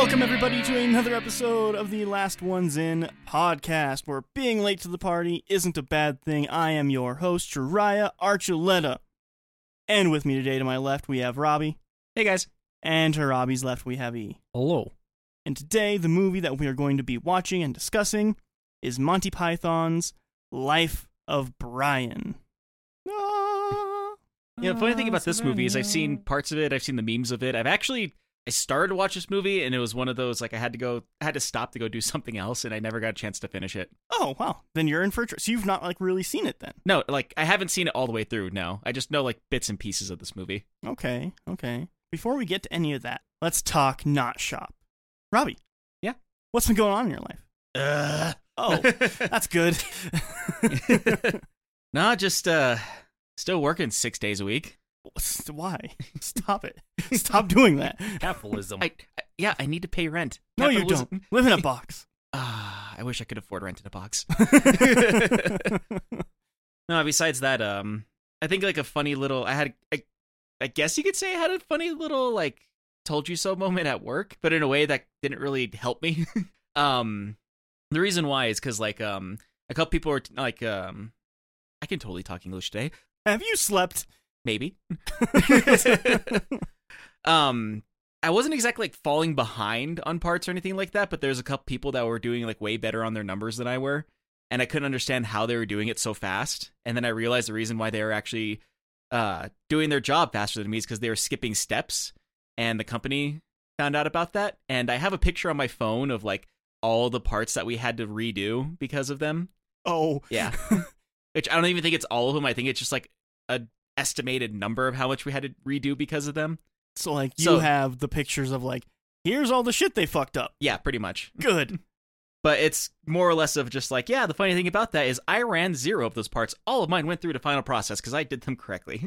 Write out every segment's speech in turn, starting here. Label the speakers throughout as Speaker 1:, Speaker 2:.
Speaker 1: everybody, to another episode of the Last Ones In podcast, where being late to the party isn't a bad thing. I am your host, Jiraiya Archuleta. And with me today to my left, we have Robbie.
Speaker 2: Hey guys.
Speaker 1: And to Robbie's left, we have E.
Speaker 3: Hello.
Speaker 1: And today, the movie that we are going to be watching and discussing is Monty Python's Life of Brian. Ah.
Speaker 2: You know, the funny thing about this movie is I've seen parts of it, I've seen the memes of it. I've actually I started to watch this movie and it was one of those like I had to go I had to stop to go do something else and I never got a chance to finish it.
Speaker 1: Oh, wow. Then you're in for a tr- So you've not, like, really seen it then.
Speaker 2: No, like I haven't seen it all the way through, no. I just know like bits and pieces of this movie.
Speaker 1: Okay, okay. Before we get to any of that, let's talk not shop. Robbie.
Speaker 2: Yeah?
Speaker 1: What's been going on in your life?
Speaker 2: Uh
Speaker 1: Oh, that's good.
Speaker 2: No, just uh still working six days a week.
Speaker 1: Why? Stop it. Stop doing that.
Speaker 3: Capitalism.
Speaker 2: I, I yeah, I need to pay rent.
Speaker 1: No, you
Speaker 2: Capitalism-
Speaker 1: don't. Live in a box.
Speaker 2: Ah, I wish I could afford rent in a box. No, besides that, um, I think like a funny little. I had, I, I guess you could say I had a funny little like told you so moment at work, but in a way that didn't really help me. um, the reason why is because like um, a couple people were t- like um, I can totally talk English today,
Speaker 1: Have you slept?
Speaker 2: maybe. um, I wasn't exactly like falling behind on parts or anything like that, but there's a couple people that were doing like way better on their numbers than I were, and I couldn't understand how they were doing it so fast. And then I realized the reason why they were actually uh, doing their job faster than me is because they were skipping steps, and the company found out about that. And I have a picture on my phone of like all the parts that we had to redo because of them.
Speaker 1: Oh,
Speaker 2: Yeah. Which I don't even think it's all of them. I think it's just like a estimated number of how much we had to redo because of them.
Speaker 1: so like you
Speaker 2: So-
Speaker 1: have the pictures of like, here's all the shit they fucked up.
Speaker 2: Yeah, pretty much.
Speaker 1: Good.
Speaker 2: But it's more or less of just like, yeah, the funny thing about that is I ran zero of those parts. All of mine went through to final process because I did them correctly.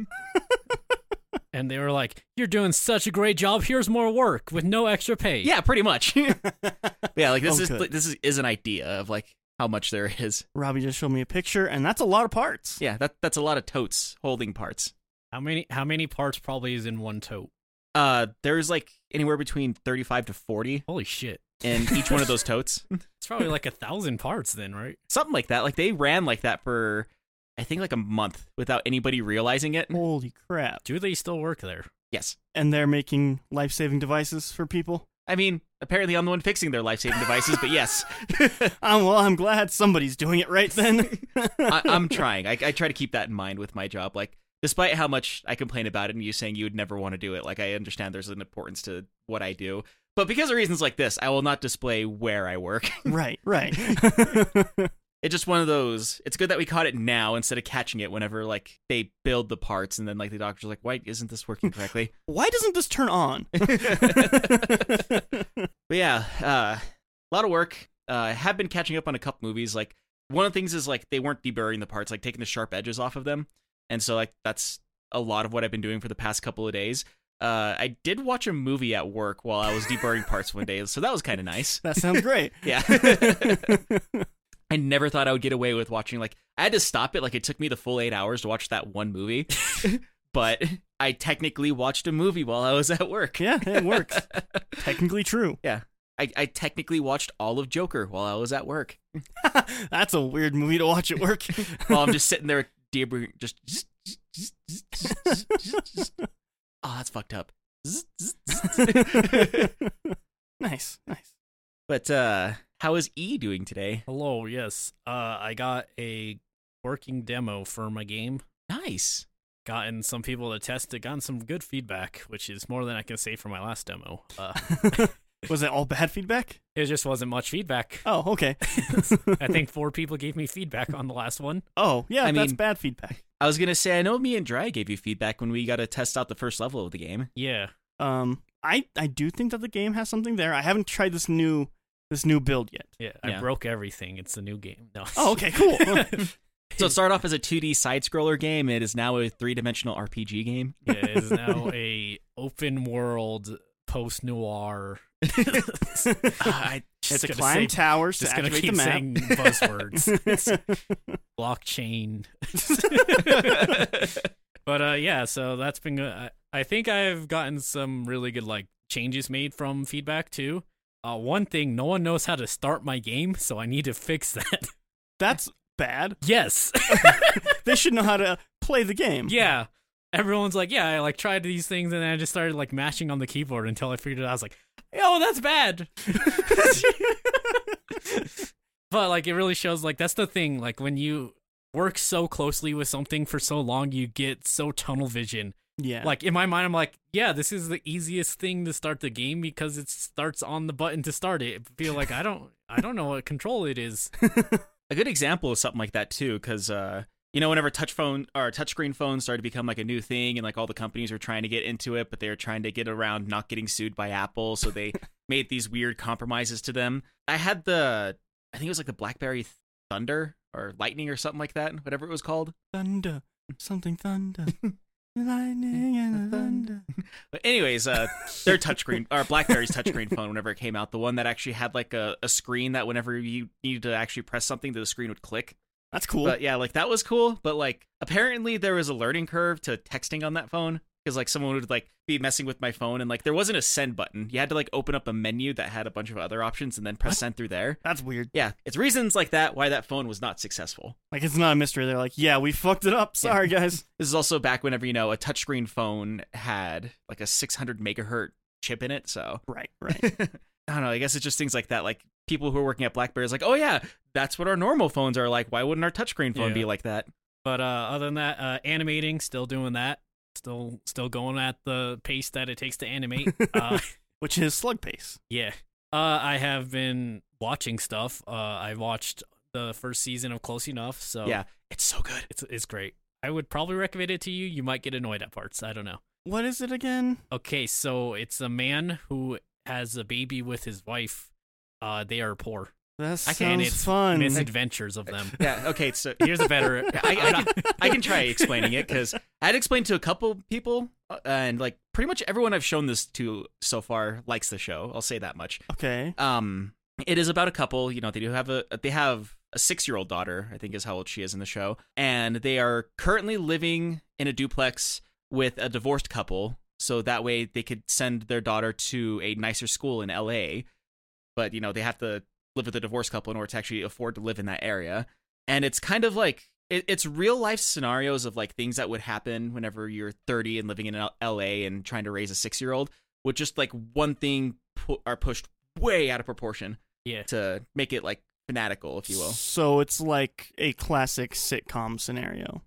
Speaker 3: and they were like, You're doing such a great job. Here's more work with no extra pay.
Speaker 2: yeah, pretty much. yeah, like this
Speaker 1: Oh,
Speaker 2: is
Speaker 1: good.
Speaker 2: this is, is an idea of like how much there is.
Speaker 1: Robbie just showed me a picture, and that's a lot of parts.
Speaker 2: Yeah, that that's a lot of totes holding parts.
Speaker 3: How many how many parts probably is in one tote?
Speaker 2: Uh, there's like anywhere between thirty-five to forty
Speaker 3: Holy shit.
Speaker 2: in each one of those totes.
Speaker 3: It's probably like a thousand parts then, right?
Speaker 2: something like that. Like they ran like that for I think like a month without anybody realizing it.
Speaker 1: Holy crap.
Speaker 3: Do they still work there?
Speaker 2: Yes.
Speaker 1: And they're making life saving devices for people.
Speaker 2: I mean, apparently I'm the one fixing their life-saving devices, but yes,
Speaker 1: Um, well, I'm glad somebody's doing it right then.
Speaker 2: I, I'm trying. I, I try to keep that in mind with my job. Like, despite how much I complain about it and you saying you would never want to do it, like I understand there's an importance to what I do, but because of reasons like this, I will not display where I work.
Speaker 1: right, right.
Speaker 2: It's just one of those. It's good that we caught it now instead of catching it whenever like they build the parts and then like the doctor's like, "Why isn't this working correctly?"
Speaker 1: Why doesn't this turn on?
Speaker 2: But yeah, uh, a lot of work. Uh, I have been catching up on a couple movies. Like one of the things is like they weren't deburring the parts, like taking the sharp edges off of them, and so like that's a lot of what I've been doing for the past couple of days. Uh, I did watch a movie at work while I was deburring parts one day, so that was kind of nice.
Speaker 1: that sounds great.
Speaker 2: Yeah, I never thought I would get away with watching. Like I had to stop it. Like it took me the full eight hours to watch that one movie, but I technically watched a movie while I was at work.
Speaker 1: yeah, it works. Technically true.
Speaker 2: I, I technically watched all of Joker while I was at work.
Speaker 1: That's a weird movie to watch at work.
Speaker 2: While I'm just sitting there, debr- just. oh, that's fucked up.
Speaker 1: nice, nice.
Speaker 2: but uh, how is E doing today?
Speaker 3: Hello, yes. Uh I got a working demo for my game.
Speaker 2: Nice.
Speaker 3: Gotten some people to test it, gotten some good feedback, which is more than I can say for my last demo. Uh,
Speaker 1: Was it all bad feedback?
Speaker 3: it just wasn't much feedback.
Speaker 1: Oh, okay.
Speaker 3: I think four people gave me feedback on the last one.
Speaker 1: Oh, yeah,
Speaker 2: I
Speaker 1: that's
Speaker 2: mean-
Speaker 1: bad feedback.
Speaker 2: I was gonna say I know me and Dry gave you feedback when we got to test out the first level of the game.
Speaker 3: Yeah.
Speaker 1: Um, I I do think that the game has something there. I haven't tried this new this new build yet.
Speaker 3: Yeah,
Speaker 2: Yeah.
Speaker 3: I broke everything. It's a new game. No.
Speaker 1: Oh, okay, cool.
Speaker 2: So it started off as a 2D side scroller game. It is now a three dimensional RPG game.
Speaker 3: yeah, it is now a open world post noir.
Speaker 2: I,
Speaker 1: it's
Speaker 3: Just
Speaker 1: to
Speaker 3: gonna
Speaker 1: climb
Speaker 3: say-
Speaker 1: towers to
Speaker 3: Just gonna
Speaker 1: activate
Speaker 3: keep
Speaker 1: the map.
Speaker 3: saying buzzwords. It's blockchain. but uh, yeah, so that's been. good. I, I think I've gotten some really good like changes made from feedback too. uh, one thing, no one knows how to start my game, so I need to fix that.
Speaker 1: That's bad.
Speaker 3: yes.
Speaker 1: They should know how to play the game.
Speaker 3: yeah. Everyone's like, yeah, I like tried these things and then I just started like mashing on the keyboard until I figured it out. I was like, yo, that's bad. but like it really shows like that's the thing like when you work so closely with something for so long you get so tunnel vision
Speaker 1: Yeah.
Speaker 3: like in my mind i'm like yeah this is the easiest thing to start the game because it starts on the button to start it I feel like i don't i don't know what control it is
Speaker 2: a good example of something like that too because uh, you know whenever touch phone or touchscreen phones started to become like a new thing and like all the companies were trying to get into it but they were trying to get around not getting sued by apple so they made these weird compromises to them i had the i think it was like the blackberry thunder or lightning or something like that whatever it was called
Speaker 1: thunder. Something thunder. Lightning and the thunder.
Speaker 2: But anyways, uh, their touchscreen or BlackBerry's touchscreen phone, whenever it came out, the one that actually had like a, a screen that whenever you needed to actually press something, the screen would click.
Speaker 1: That's cool.
Speaker 2: But yeah, like that was cool. But like apparently there was a learning curve to texting on that phone because like someone would like be messing with my phone and like there wasn't a send button. You had to like open up a menu that had a bunch of other options and then press send through there.
Speaker 1: That's weird.
Speaker 2: Yeah, it's reasons like that why that phone was not successful.
Speaker 1: Like it's not a mystery. They're like, yeah, we fucked it up. Sorry, guys.
Speaker 2: This is also back whenever you know a touchscreen phone had like a 600 megahertz chip in it, so
Speaker 1: Right, right.
Speaker 2: I don't know. I guess it's just things like that. Like people who are working at BlackBerry is like, oh yeah, that's what our normal phones are like. Why wouldn't our touchscreen phone
Speaker 3: Yeah.
Speaker 2: be like that?
Speaker 3: but uh other than that uh animating still doing that still still going at the pace that it takes to animate uh
Speaker 1: Which is slug pace.
Speaker 3: Yeah. Uh, I have been watching stuff. Uh, I watched the first season of Close Enough, so
Speaker 2: Yeah, it's so good.
Speaker 3: it's it's great. I would probably recommend it to you. You might get annoyed at parts. I don't know.
Speaker 1: What is it again?
Speaker 3: Okay, so it's a man who has a baby with his wife. Uh, they are poor.
Speaker 1: That
Speaker 3: I can't-
Speaker 1: sounds
Speaker 3: it's
Speaker 1: fun.
Speaker 3: Misadventures of them.
Speaker 2: Yeah. Okay. So
Speaker 3: Here's a better.
Speaker 2: I, I, can, I can try explaining it because I had explained to a couple people, uh, and like pretty much everyone I've shown this to so far likes the show. I'll say that much.
Speaker 1: Okay.
Speaker 2: Um, it is about a couple. You know, they do have a they have a six year old daughter. I think is how old she is in the show, and they are currently living in a duplex with a divorced couple. So that way they could send their daughter to a nicer school in L.A. But you know they have to live with a divorced couple in order to actually afford to live in that area. And it's kind of like it, it's real life scenarios of like things that would happen whenever you're 30 and living in L- L.A. and trying to raise a six year old with just like one thing pu- are pushed way out of proportion
Speaker 3: yeah.
Speaker 2: to make it like fanatical, if you will.
Speaker 1: So it's like a classic sitcom scenario.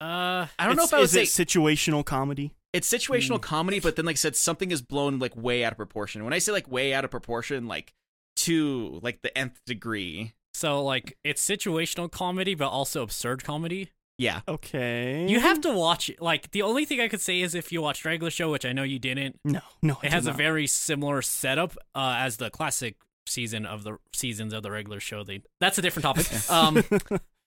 Speaker 3: Uh,
Speaker 2: I don't know
Speaker 1: It's-
Speaker 2: if I would
Speaker 1: is
Speaker 2: say
Speaker 1: it situational comedy.
Speaker 2: it's
Speaker 3: Hmm.
Speaker 2: situational comedy, but then like I said, something is blown like way out of proportion. When I say like way out of proportion, like to like the nth degree.
Speaker 3: so like it's situational comedy, but also absurd comedy.
Speaker 2: Yeah.
Speaker 1: Okay.
Speaker 3: You have to watch it. Like the only thing I could say is if you watched regular show, which I know you didn't,
Speaker 1: no, no. I
Speaker 3: it has
Speaker 1: did
Speaker 3: a
Speaker 1: not.
Speaker 3: very similar setup uh, as the classic season of the seasons of the regular show. They that's a different topic. um,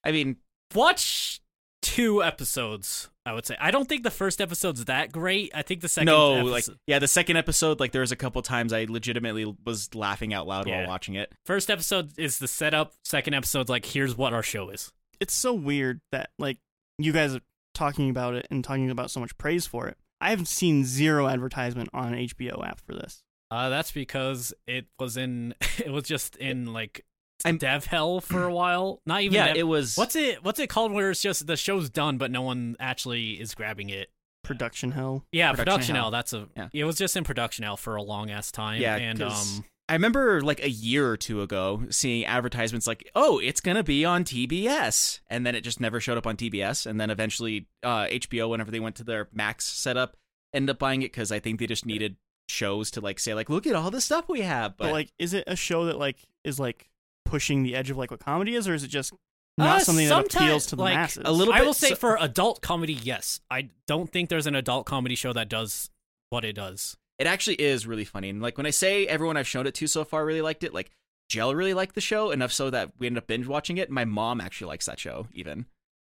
Speaker 2: I mean,
Speaker 3: watch two episodes. I would say I don't think the first episode's that great. I think the second.
Speaker 2: no,
Speaker 3: episode,
Speaker 2: like yeah, the second episode, like there was a couple times I legitimately was laughing out loud
Speaker 3: Yeah.
Speaker 2: while watching it.
Speaker 3: first episode is the setup. Second episode's like here's what our show is.
Speaker 1: it's so weird that like you guys are talking about it and talking about so much praise for it. I haven't seen zero advertisement on HBO app for this.
Speaker 3: Uh, that's because it was in it was just in like
Speaker 2: I'm-
Speaker 3: dev hell for a while. Not even
Speaker 2: yeah,
Speaker 3: dev-
Speaker 2: it was
Speaker 3: What's it? What's it called? Where it's just the show's done, but no one actually is grabbing it.
Speaker 1: Production hell.
Speaker 3: Yeah,
Speaker 2: Production
Speaker 3: production,
Speaker 2: hell.
Speaker 3: hell. That's a.
Speaker 2: Yeah.
Speaker 3: It was just in production hell for a long ass time.
Speaker 2: Yeah,
Speaker 3: and
Speaker 2: 'cause-
Speaker 3: um,
Speaker 2: I remember like a year or two ago seeing advertisements like, "Oh, it's gonna be on TBS," and then it just never showed up on TBS. And then eventually, uh, HBO, whenever they went to their Max setup, ended up buying it because I think they just needed shows to like say, "Like, look at all the stuff we have."
Speaker 1: But,
Speaker 2: But,
Speaker 1: like, is it a show that like is like pushing the edge of like what comedy is, or is it just not
Speaker 3: Uh,
Speaker 1: something that
Speaker 3: sometimes,
Speaker 1: appeals to the
Speaker 3: like,
Speaker 1: masses?
Speaker 2: a little
Speaker 3: I
Speaker 2: bit-
Speaker 3: will say
Speaker 2: so-
Speaker 3: for adult comedy, yes, I don't think there's an adult comedy show that does what it does.
Speaker 2: it actually is really funny. And like when I say everyone I've shown it to so far really liked it, like Jell really liked the show enough so that we ended up binge watching it. My mom actually likes that show even,
Speaker 3: Hmm.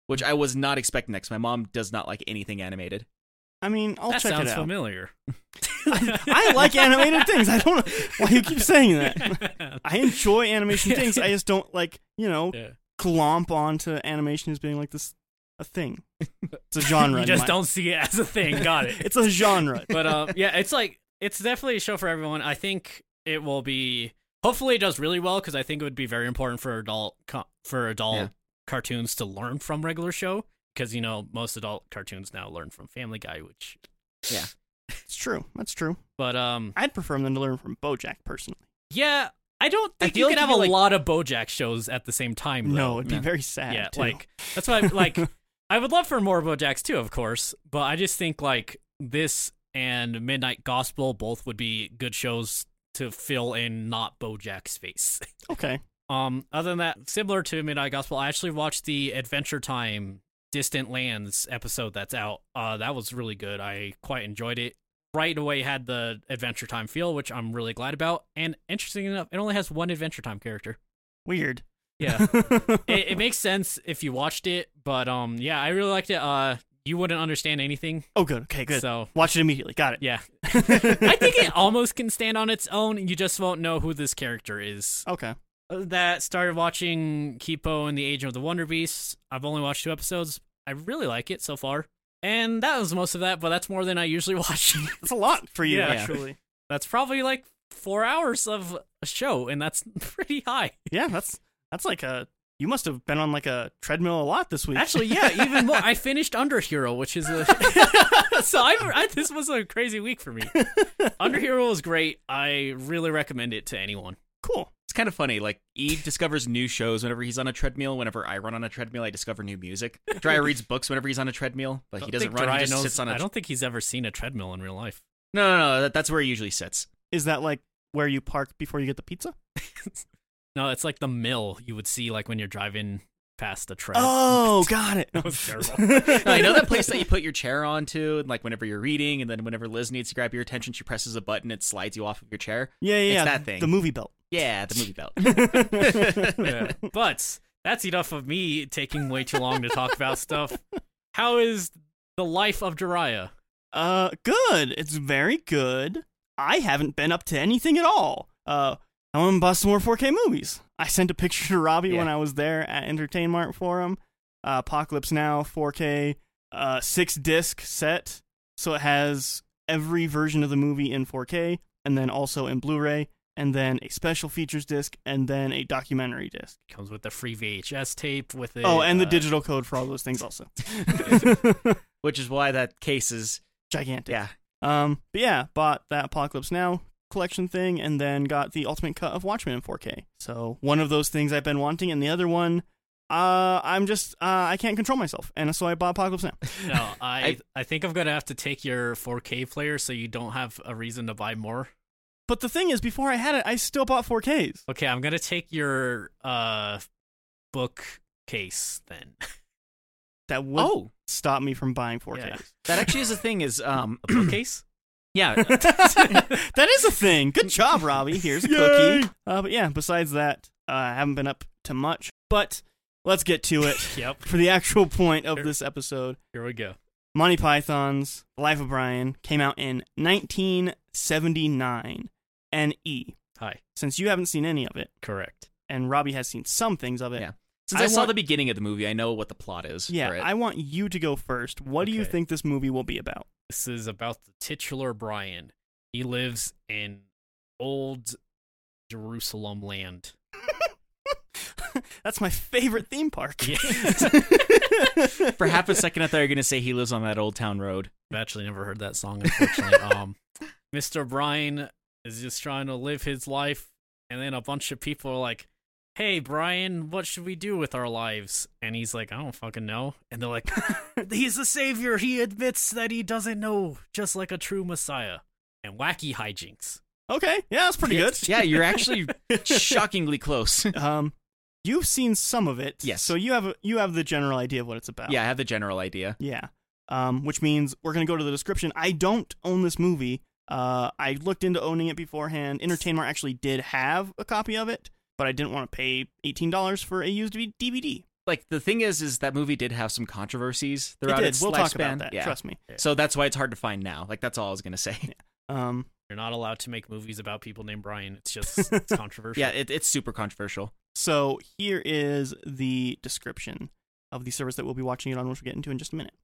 Speaker 2: which I was not expecting next. My mom does not like anything animated.
Speaker 1: I mean, I'll
Speaker 3: that
Speaker 1: check
Speaker 3: sounds
Speaker 1: it out.
Speaker 3: familiar.
Speaker 1: I like animated things. I don't know why you keep saying that. I enjoy animation things. I just don't like, you know,
Speaker 3: Yeah.
Speaker 1: glomp onto animation as being like this a thing. It's a genre.
Speaker 3: you
Speaker 1: in
Speaker 3: just
Speaker 1: my-
Speaker 3: don't see it as a thing. Got it.
Speaker 1: It's a genre.
Speaker 3: uh, but um, yeah, it's like it's definitely a show for everyone. I think it will be Hopefully, it does really well because I think it would be very important for adult co- for adult
Speaker 2: Yeah.
Speaker 3: cartoons to learn from regular show because you know most adult cartoons now learn from Family Guy, which.
Speaker 1: It's true. That's true.
Speaker 3: But um,
Speaker 1: I'd prefer them to learn from BoJack personally.
Speaker 3: yeah, I don't
Speaker 2: I
Speaker 3: think
Speaker 2: feel
Speaker 3: you
Speaker 2: like
Speaker 3: can
Speaker 2: if
Speaker 3: have
Speaker 2: you,
Speaker 3: a
Speaker 2: like-
Speaker 3: lot of BoJack shows at the same time.
Speaker 1: No,
Speaker 3: though.
Speaker 1: it'd be
Speaker 2: no.
Speaker 1: very sad.
Speaker 3: yeah,
Speaker 1: too.
Speaker 3: like that's why I'm like I would love for more BoJacks too, of course, but I just think like this and Midnight Gospel both would be good shows to fill in not BoJack's face.
Speaker 1: okay,
Speaker 3: Um, other than that, similar to Midnight Gospel, I actually watched the Adventure Time Distant Lands episode that's out. Uh, that was really good. I quite enjoyed it. Right away had the Adventure Time feel, which I'm really glad about. And interesting enough, it only has one Adventure Time character.
Speaker 1: weird.
Speaker 3: Yeah it, it makes sense if you watched it, but um, yeah, I really liked it. Uh, you wouldn't understand anything,
Speaker 1: oh, good. Okay, good.
Speaker 3: so
Speaker 1: Watch it immediately. Got it.
Speaker 3: yeah. I think it almost can stand on its own. You just won't know who this character is.
Speaker 1: Okay.
Speaker 3: Other than That started watching Kipo and the Age of the Wonder Beasts. I've only watched two episodes. I really like it so far, and that was most of that. But that's more than I usually watch.
Speaker 1: That's a lot for you,
Speaker 3: Yeah.
Speaker 1: actually.
Speaker 3: that's probably like four hours of a show, and that's pretty high.
Speaker 1: Yeah, that's that's like a. You must have been on like a treadmill a lot this week.
Speaker 3: Actually, yeah, even more. I finished Under Hero, which is a so I, I this was a crazy week for me. Under Hero was great. I really recommend it to anyone.
Speaker 1: cool.
Speaker 2: It's kind of funny. Like Eve discovers new shows whenever he's on a treadmill. Whenever I run on a treadmill, I discover new music. Drya reads books whenever he's on a treadmill, but
Speaker 3: Don't
Speaker 2: he doesn't
Speaker 3: think
Speaker 2: run. He
Speaker 3: Daria
Speaker 2: just
Speaker 3: knows-
Speaker 2: sits on a.
Speaker 3: I don't think he's ever seen a treadmill in real life.
Speaker 2: No, no, no. That, that's where he usually sits.
Speaker 1: Is that like where you park before you get the pizza?
Speaker 3: No, it's like the mill you would see like when you're driving past the track.
Speaker 1: Oh, got it.
Speaker 3: That was terrible.
Speaker 2: No, you know that place that you put your chair onto, and like whenever you're reading, and then whenever Liz needs to grab your attention, she presses a button, it slides you off of your chair.
Speaker 1: Yeah, yeah,
Speaker 2: It's
Speaker 1: yeah.
Speaker 2: that thing.
Speaker 1: The movie belt.
Speaker 2: Yeah, the movie belt.
Speaker 3: Yeah. But that's enough of me taking way too long to talk about stuff. How is the life of Jiraiya?
Speaker 1: Uh, good. It's very good. I haven't been up to anything at all. Uh, I went and bought some more 4K movies. I sent a picture to Robbie
Speaker 2: Yeah.
Speaker 1: when I was there at Entertain Mart for him. Uh, Apocalypse Now 4K, uh, six disc set. So it has every version of the movie in 4K, and then also in Blu ray, and then a special features disc, and then a documentary disc.
Speaker 3: Comes with the free VHS tape with it.
Speaker 1: Oh, and the
Speaker 3: uh,
Speaker 1: digital code for all those things also.
Speaker 2: Which is why that case is
Speaker 1: Gigantic.
Speaker 2: yeah.
Speaker 1: Um, but yeah, bought that Apocalypse Now collection thing and then got the ultimate cut of Watchmen in 4K. So one of those things I've been wanting, and the other one, uh, I'm just uh, I can't control myself, and so I bought Apocalypse Now.
Speaker 3: No, I I think I'm gonna have to take your 4K player so you don't have a reason to buy more.
Speaker 1: But the thing is, before I had it, I still bought 4Ks.
Speaker 3: Okay, I'm gonna take your uh book case then.
Speaker 1: That would
Speaker 2: Oh,
Speaker 1: stop me from buying 4Ks.
Speaker 3: Yeah.
Speaker 2: that actually is a thing. Is um,
Speaker 3: A bookcase?
Speaker 2: yeah.
Speaker 1: that is a thing. Good job, Robbie. Here's a
Speaker 2: Yay!
Speaker 1: cookie. Uh, but yeah, besides that, uh, I haven't been up to much. But let's get to it
Speaker 3: yep.
Speaker 1: for the actual point of this episode.
Speaker 3: Here we go.
Speaker 1: Monty Python's Life of Brian came out in 1979. And E,
Speaker 3: Hi.
Speaker 1: since you haven't seen any of it,
Speaker 3: Correct.
Speaker 1: and Robbie has seen some things of it,
Speaker 2: Yeah. Since I,
Speaker 1: I
Speaker 2: saw
Speaker 1: want-
Speaker 2: the beginning of the movie, I know what the plot is.
Speaker 1: yeah,
Speaker 2: for it.
Speaker 1: I want you to go first. What do you
Speaker 3: Okay.
Speaker 1: think this movie will be about?
Speaker 3: This is about the titular Brian. He lives in old Jerusalem land.
Speaker 1: That's my favorite theme park.
Speaker 3: Yeah.
Speaker 2: For half a second, I thought you were going to say he lives on that old town road.
Speaker 3: I've actually never heard that song, unfortunately. um, Mr. Brian is just trying to live his life, and then a bunch of people are like, "Hey, Brian, what should we do with our lives?" And he's like, "I don't fucking know." And they're like, "He's the savior. He admits that he doesn't know, just like a true messiah." And wacky hijinks.
Speaker 1: okay, yeah, that's pretty good.
Speaker 2: Yeah, you're actually shockingly close.
Speaker 1: Um, you've seen some of it,
Speaker 2: Yes.
Speaker 1: So you have a, you have the general idea of what it's about.
Speaker 2: Yeah, I have the general idea.
Speaker 1: Yeah. Um, which means we're going to go to the description. I don't own this movie. Uh, I looked into owning it beforehand. Entertainment actually did have a copy of it, but I didn't want to pay $18 for a used DVD.
Speaker 2: Like the thing is, is that movie did have some controversies
Speaker 1: It
Speaker 2: throughout
Speaker 1: did.
Speaker 2: its
Speaker 1: We'll
Speaker 2: lifespan.
Speaker 1: talk about that.
Speaker 2: Yeah.
Speaker 1: Trust me.
Speaker 2: So that's why it's hard to find now. Like that's all I was going to say.
Speaker 1: Um,
Speaker 3: You're not allowed to make movies about people named Brian. It's just it's controversial.
Speaker 2: Yeah, it, it's super controversial.
Speaker 1: So here is the description of the service that we'll be watching it on, which we'll get into in just a minute.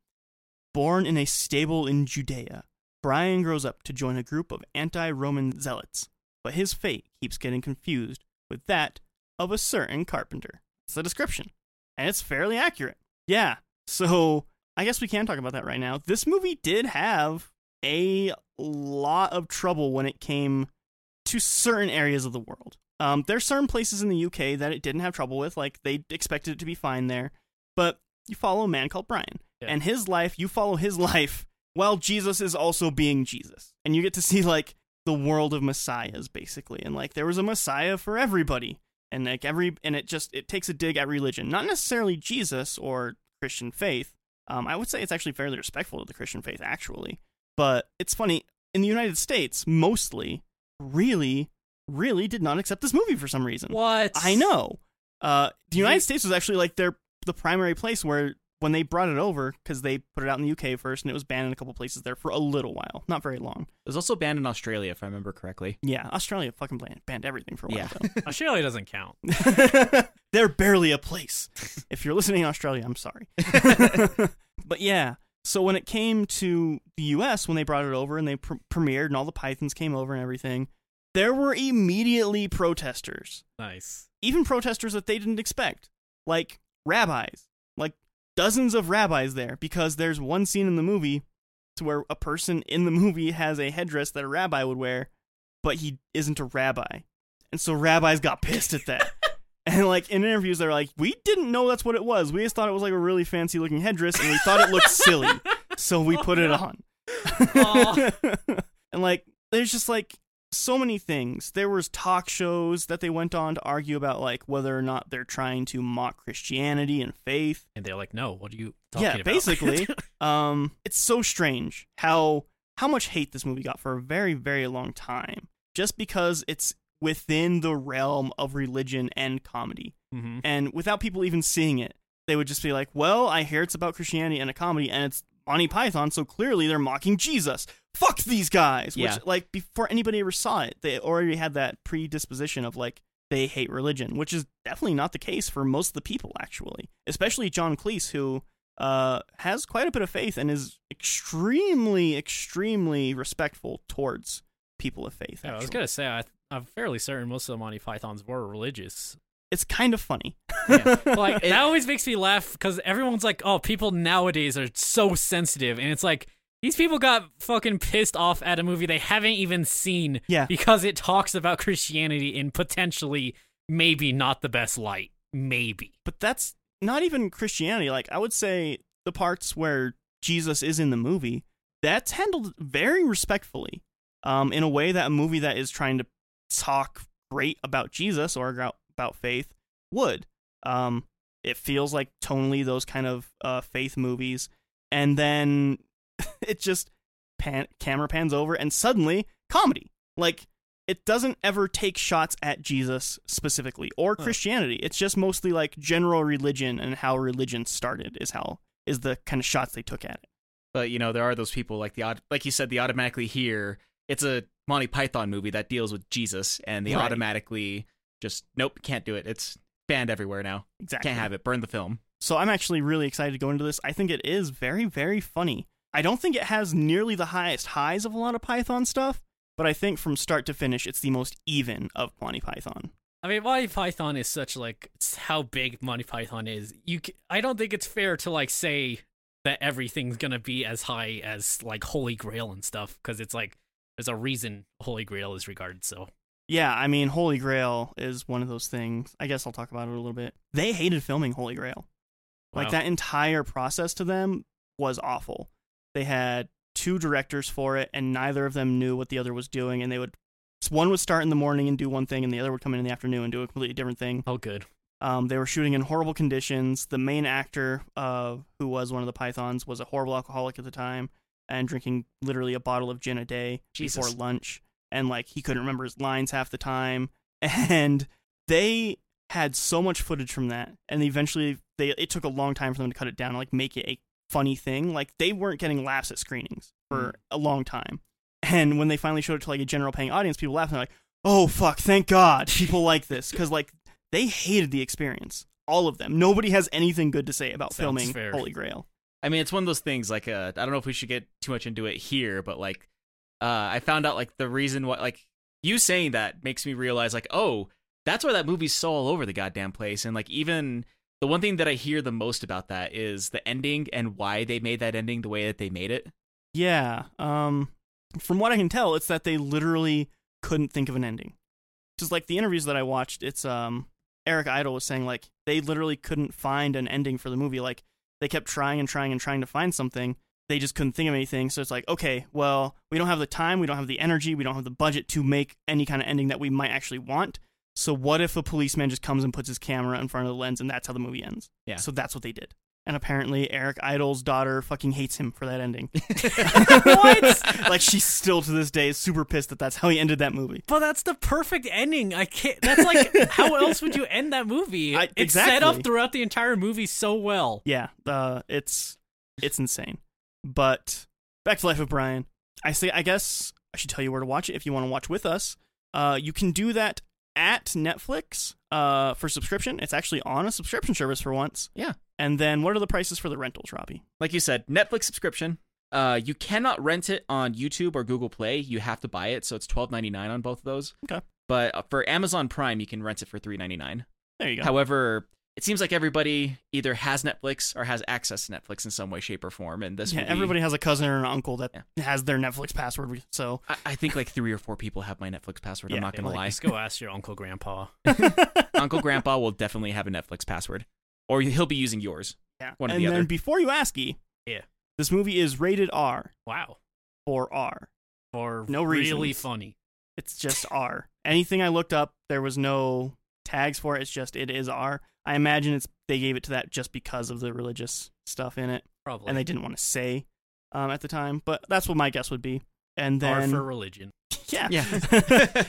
Speaker 1: Born in a stable in Judea, Brian grows up to join a group of anti Roman zealots. but his fate keeps getting confused with that of a certain carpenter. It's the description, and it's fairly accurate. Yeah, so I guess we can talk about that right now. This movie did have a lot of trouble when it came to certain areas of the world. Um, there's certain places in the UK that it didn't have trouble with, like they expected it to be fine there. But you follow a man called Brian,
Speaker 3: Yeah.
Speaker 1: and his life, you follow his life while Jesus is also being Jesus, and you get to see like the world of messiahs basically, and like there was a messiah for everybody, and like every and it just it takes a dig at religion, not necessarily Jesus or Christian faith. Um, I would say it's actually fairly respectful to the Christian faith, actually. But it's funny in the United States, mostly, really, really did not accept this movie for some reason.
Speaker 3: What?
Speaker 1: I know. Uh, the
Speaker 3: You-
Speaker 1: United States was actually like their the primary place where when they brought it over because they put it out in the UK first and it was banned in a couple places there for a little while, not very long.
Speaker 2: was also banned in Australia, if I remember correctly.
Speaker 1: Yeah, Australia fucking banned, banned everything for a while.
Speaker 2: Yeah.
Speaker 3: Australia doesn't count.
Speaker 1: They're barely a place. If you're listening in Australia, I'm sorry. but yeah, so when it came to the US, when they brought it over and they pr- premiered and all the Pythons came over and everything, there were immediately protesters,
Speaker 3: Nice.
Speaker 1: even protesters that they didn't expect, like rabbis, like dozens of rabbis there, because there's one scene in the movie to where a person in the movie has a headdress that a rabbi would wear, but he isn't a rabbi. And so rabbis got pissed at that. and like in interviews, they're like, we didn't know that's what it was. We just thought it was like a really fancy looking headdress and we thought it looked silly. So we put it on.
Speaker 3: Aw.
Speaker 1: and like, there's just like so many things. There was talk shows that they went on to argue about like whether or not they're trying to mock Christianity and faith.
Speaker 3: And they're like, no, what are you talking
Speaker 1: yeah,
Speaker 3: about?
Speaker 1: basically. um, it's so strange how how much hate this movie got for a very very long time, just because it's within the realm of religion and comedy,
Speaker 3: Mhm.
Speaker 1: and without people even seeing it, they would just be like, "Well, I hear it's about Christianity and a comedy, and it's Monty Python, so clearly they're mocking Jesus." Fuck these guys!
Speaker 2: Yeah.
Speaker 1: Which, like, before anybody ever saw it, they already had that predisposition of like they hate religion, which is definitely not the case for most of the people, actually, especially John Cleese, who uh, has quite a bit of faith and is extremely, extremely respectful towards people of faith.
Speaker 3: Yeah, I was
Speaker 1: actually.
Speaker 3: gonna say I, I'm fairly certain most of the Monty Pythons were religious.
Speaker 1: It's kind of funny.
Speaker 3: Like that always makes me laugh because everyone's like, "Oh, people nowadays are so sensitive," and it's like these people got fucking pissed off at a movie they haven't even seen
Speaker 1: Yeah.
Speaker 3: because it talks about Christianity in potentially maybe not the best light. Maybe.
Speaker 1: but that's not even Christianity. Like I would say the parts where Jesus is in the movie, that's handled very respectfully. Um, in a way that a movie that is trying to talk great about Jesus or about, about faith would. Um, it feels like tonally those kind of uh, faith movies, and then it just pan- camera pans over and suddenly comedy. Like it doesn't ever take shots at Jesus specifically or
Speaker 3: Huh.
Speaker 1: Christianity. It's just mostly like general religion and how religion started is how is the kind of shots they took at it.
Speaker 2: But you know, there are those people like the aut- like you said, the automatically here. It's a Monty Python movie that deals with Jesus, and they
Speaker 1: Right.
Speaker 2: automatically just nope, can't do it. It's banned everywhere now.
Speaker 1: Exactly.
Speaker 2: Can't have it. Burn the film.
Speaker 1: So I'm actually really excited to go into this. I think it is very, very funny. I don't think it has nearly the highest highs of a lot of Python stuff, but I think from start to finish, it's the most even of Monty Python.
Speaker 3: I mean, Monty Python is such like it's how big Monty Python is. You, c- I don't think it's fair to like say that everything's gonna be as high as like Holy Grail and stuff because it's like there's a reason Holy Grail is regarded so.
Speaker 1: Yeah, I mean, Holy Grail is one of those things. I guess I'll talk about it a little bit. They hated filming Holy Grail. Like
Speaker 3: Wow.
Speaker 1: that entire process to them was awful. They had two directors for it, and neither of them knew what the other was doing. And they would, one would start in the morning and do one thing, and the other would come in in the afternoon and do a completely different thing.
Speaker 3: Oh, good.
Speaker 1: Um, they were shooting in horrible conditions. The main actor, uh, who was one of the pythons, was a horrible alcoholic at the time and drinking literally a bottle of gin a day
Speaker 2: Jesus.
Speaker 1: before lunch. And like he couldn't remember his lines half the time. And they had so much footage from that, and eventually they it took a long time for them to cut it down, and, like make it a funny thing. Like they weren't getting laughs at screenings
Speaker 3: Mm.
Speaker 1: for a long time. And when they finally showed it to like a general paying audience, people laughed and they're like, "Oh fuck, thank God, people like this." Because like they hated the experience, all of them. Nobody has anything good to say about
Speaker 3: Sounds
Speaker 1: filming
Speaker 3: fair.
Speaker 1: Holy Grail.
Speaker 2: I mean, it's one of those things. Like, uh, I don't know if we should get too much into it here, but like, uh, I found out like the reason why, like, you saying that makes me realize like, oh, that's why that movie's so all over the goddamn place. And like even the one thing that I hear the most about that is the ending and why they made that ending the way that they made it.
Speaker 1: Yeah. Um, from what I can tell, it's that they literally couldn't think of an ending. Just like the interviews that I watched, it's um Eric Idle was saying like they literally couldn't find an ending for the movie. Like they kept trying and trying and trying to find something. They just couldn't think of anything. So it's like, okay, well, we don't have the time, we don't have the energy, we don't have the budget to make any kind of ending that we might actually want. So what if a policeman just comes and puts his camera in front of the lens and that's how the movie ends?
Speaker 2: Yeah.
Speaker 1: So that's what they did. And apparently Eric Idle's daughter fucking hates him for that ending.
Speaker 3: What?
Speaker 1: like she's still to this day is super pissed that that's how he ended that movie.
Speaker 3: But that's the perfect ending. I can't. That's like how else would you end that movie?
Speaker 1: I-
Speaker 3: It's set up
Speaker 1: exactly.
Speaker 3: throughout the entire movie so well.
Speaker 1: Yeah, uh, it's it's insane. But back to Life of Brian. I say I guess I should tell you where to watch it if you want to watch with us. Uh, you can do that at Netflix uh, for subscription. It's actually on a subscription service for once.
Speaker 2: Yeah.
Speaker 1: And then what are the prices for the rentals, Robbie?
Speaker 2: Like you said, Netflix subscription. Uh, you cannot rent it on YouTube or Google Play. You have to buy it, so it's twelve ninety nine on both of those.
Speaker 1: Okay.
Speaker 2: But uh, for Amazon Prime, you can rent it for three ninety nine.
Speaker 1: There you go.
Speaker 2: However, it seems like everybody either has Netflix or has access to Netflix in some way, shape, or form. And this
Speaker 1: yeah,
Speaker 2: movie-
Speaker 1: everybody has a cousin or an uncle that has their Netflix password. So
Speaker 2: I, I think like three or four people have my Netflix password.
Speaker 1: Yeah,
Speaker 2: I'm not
Speaker 1: they
Speaker 2: gonna
Speaker 3: Like,
Speaker 2: lie.
Speaker 3: just go ask your uncle, grandpa.
Speaker 2: Uncle Grandpa will definitely have a Netflix password, or he'll be using yours.
Speaker 1: yeah,
Speaker 2: One or
Speaker 1: and
Speaker 2: the
Speaker 1: then
Speaker 2: other.
Speaker 1: before you ask, E,
Speaker 3: Yeah.
Speaker 1: this movie is rated R
Speaker 3: Wow.
Speaker 1: for R.
Speaker 3: For
Speaker 1: No
Speaker 3: really
Speaker 1: reasons.
Speaker 3: funny.
Speaker 1: It's just R. Anything I looked up, there was no tags for it. It's just it is R. I imagine it's they gave it to that just because of the religious stuff in it,
Speaker 3: Probably.
Speaker 1: and they didn't want to say um, at the time. But that's what my guess would be. And
Speaker 3: Or
Speaker 1: then
Speaker 3: for religion.
Speaker 1: yeah,
Speaker 2: Yeah.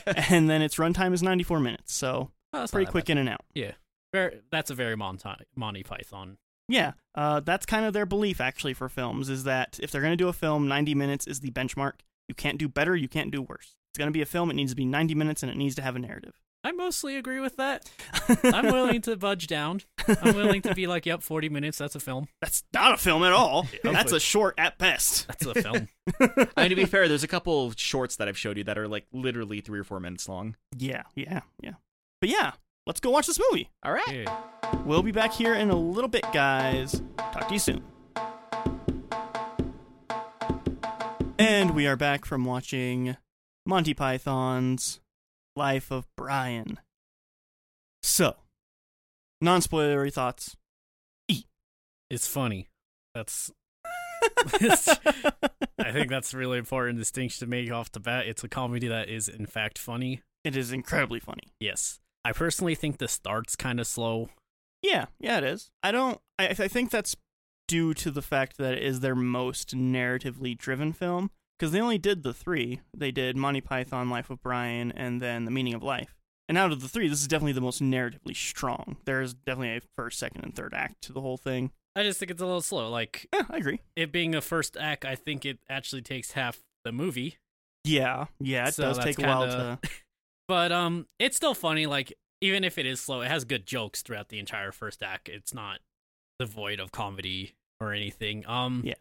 Speaker 1: and then its runtime is 94 minutes, so
Speaker 3: Oh, that's not
Speaker 1: pretty
Speaker 3: that
Speaker 1: quick in and out.
Speaker 3: bad. Very, that's a very Monty, Monty Python.
Speaker 1: Yeah, uh, that's kind of their belief actually for films is that if they're going to do a film, 90 minutes is the benchmark. You can't do better, you can't do worse. It's going to be a film. It needs to be 90 minutes, and it needs to have a narrative.
Speaker 3: I mostly agree with that. I'm willing to budge down. I'm willing to be like, yep, 40 minutes. That's a film.
Speaker 1: That's not a film at all.
Speaker 3: Yeah.
Speaker 1: That's a short at best.
Speaker 3: That's a film.
Speaker 2: I mean, to be fair, there's a couple of shorts that I've showed you that are like literally three or four minutes long.
Speaker 1: Yeah, yeah, yeah. But yeah, let's go watch this movie.
Speaker 2: All right.
Speaker 3: Yeah.
Speaker 1: We'll be back here in a little bit, guys. Talk to you soon. And we are back from watching Monty Python's Life of Brian. So, non spoilery thoughts.
Speaker 3: It's funny. That's. I think that's a really important distinction to make off the bat. It's a comedy that is, in fact, funny.
Speaker 1: It is incredibly funny.
Speaker 3: Yes. I personally think the start's kind of slow.
Speaker 1: Yeah, yeah, it is. I don't. I, I think that's due to the fact that it is their most narratively driven film because they only did the three. They did Monty Python, Life of Brian, and then The Meaning of Life. And out of the three, this is definitely the most narratively strong. There's definitely a first, second, and third act to the whole thing.
Speaker 3: I just think it's a little slow. Like,
Speaker 1: Yeah, I agree.
Speaker 3: it being a first act, I think it actually takes half the movie.
Speaker 1: Yeah, yeah, it
Speaker 3: So
Speaker 1: does
Speaker 3: that's
Speaker 1: take a while to.
Speaker 3: kinda- But um, it's still funny. Like even if it is slow, it has good jokes throughout the entire first act. It's not devoid of comedy or anything. Um,
Speaker 1: Yeah.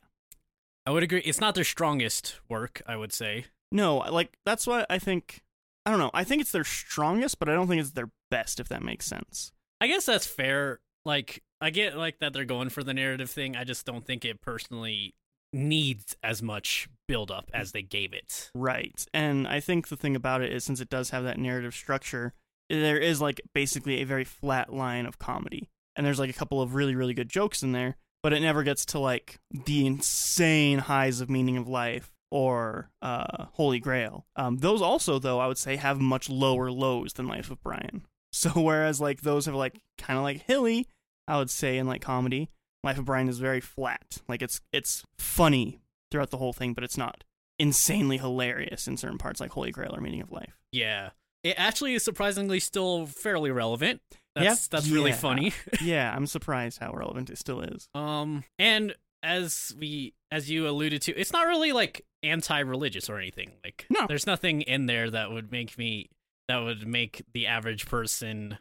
Speaker 3: I would agree. It's not their strongest work. I would say.
Speaker 1: No, like that's why I think. I don't know. I think it's their strongest, but I don't think it's their best. If that makes sense.
Speaker 3: I guess that's fair. Like I get like that they're going for the narrative thing. I just don't think it personally needs as much build up as they gave it.
Speaker 1: Right. And I think the thing about it is since it does have that narrative structure, there is like basically a very flat line of comedy. And there's like a couple of really, really good jokes in there, but it never gets to like the insane highs of meaning of life or uh, Holy Grail. Um, those also, though, I would say have much lower lows than Life of Brian. So whereas like those are like kind of like hilly, I would say in like comedy, Life of Brian is very flat. Like it's it's funny throughout the whole thing, but it's not insanely hilarious in certain parts, like Holy Grail or Meaning of Life.
Speaker 3: Yeah. It actually is surprisingly still fairly relevant. That's that's really
Speaker 1: Yeah.
Speaker 3: funny.
Speaker 1: yeah, I'm surprised how relevant it still is.
Speaker 3: Um, and as we as you alluded to, it's not really like anti-religious or anything. Like,
Speaker 1: No.
Speaker 3: there's nothing in there that would make me that would make the average person,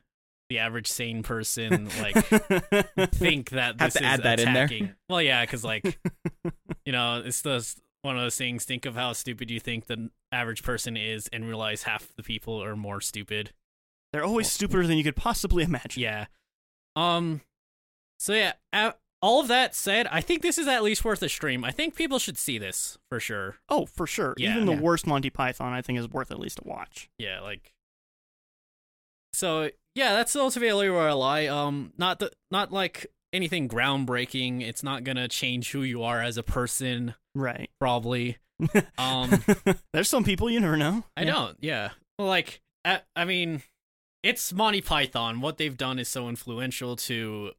Speaker 3: the average sane person, like think that
Speaker 2: Have
Speaker 3: this
Speaker 2: to
Speaker 3: is
Speaker 2: add that in there.
Speaker 3: attacking. Well, yeah, because like you know, it's the one of those things. Think of how stupid you think the average person is, and realize half the people are more stupid.
Speaker 1: They're always stupider than you could possibly imagine.
Speaker 3: Yeah. Um. So yeah, a- all of that said, I think this is at least worth a stream. I think people should see this for sure.
Speaker 1: Oh, for sure.
Speaker 3: Yeah.
Speaker 1: Even the
Speaker 2: Yeah.
Speaker 1: worst Monty Python, I think, is worth at least a watch.
Speaker 3: Yeah, like. So yeah, that's ultimately where I lie. Um, not the not like anything groundbreaking. It's not gonna change who you are as a person,
Speaker 1: Right.
Speaker 3: probably. Um,
Speaker 1: There's some people you never know.
Speaker 3: I don't. Yeah, well, like I, I mean, it's Monty Python. What they've done is so influential to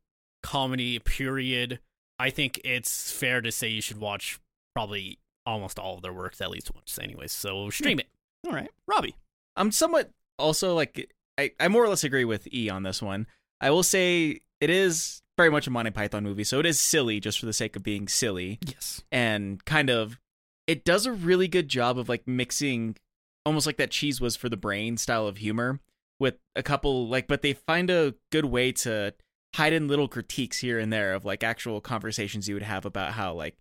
Speaker 3: comedy. Period. I think it's fair to say you should watch probably almost all of their works at least once, anyways. So stream it.
Speaker 1: All right. Robbie.
Speaker 2: I'm somewhat also like I, I more or less agree with E on this one. I will say it is very much a Monty Python movie, so it is silly just for the sake of being silly
Speaker 1: Yes.
Speaker 2: and kind of it does a really good job of like mixing almost like that cheese was for the brain style of humor with a couple like but they find a good way to hide in little critiques here and there of like actual conversations you would have about how like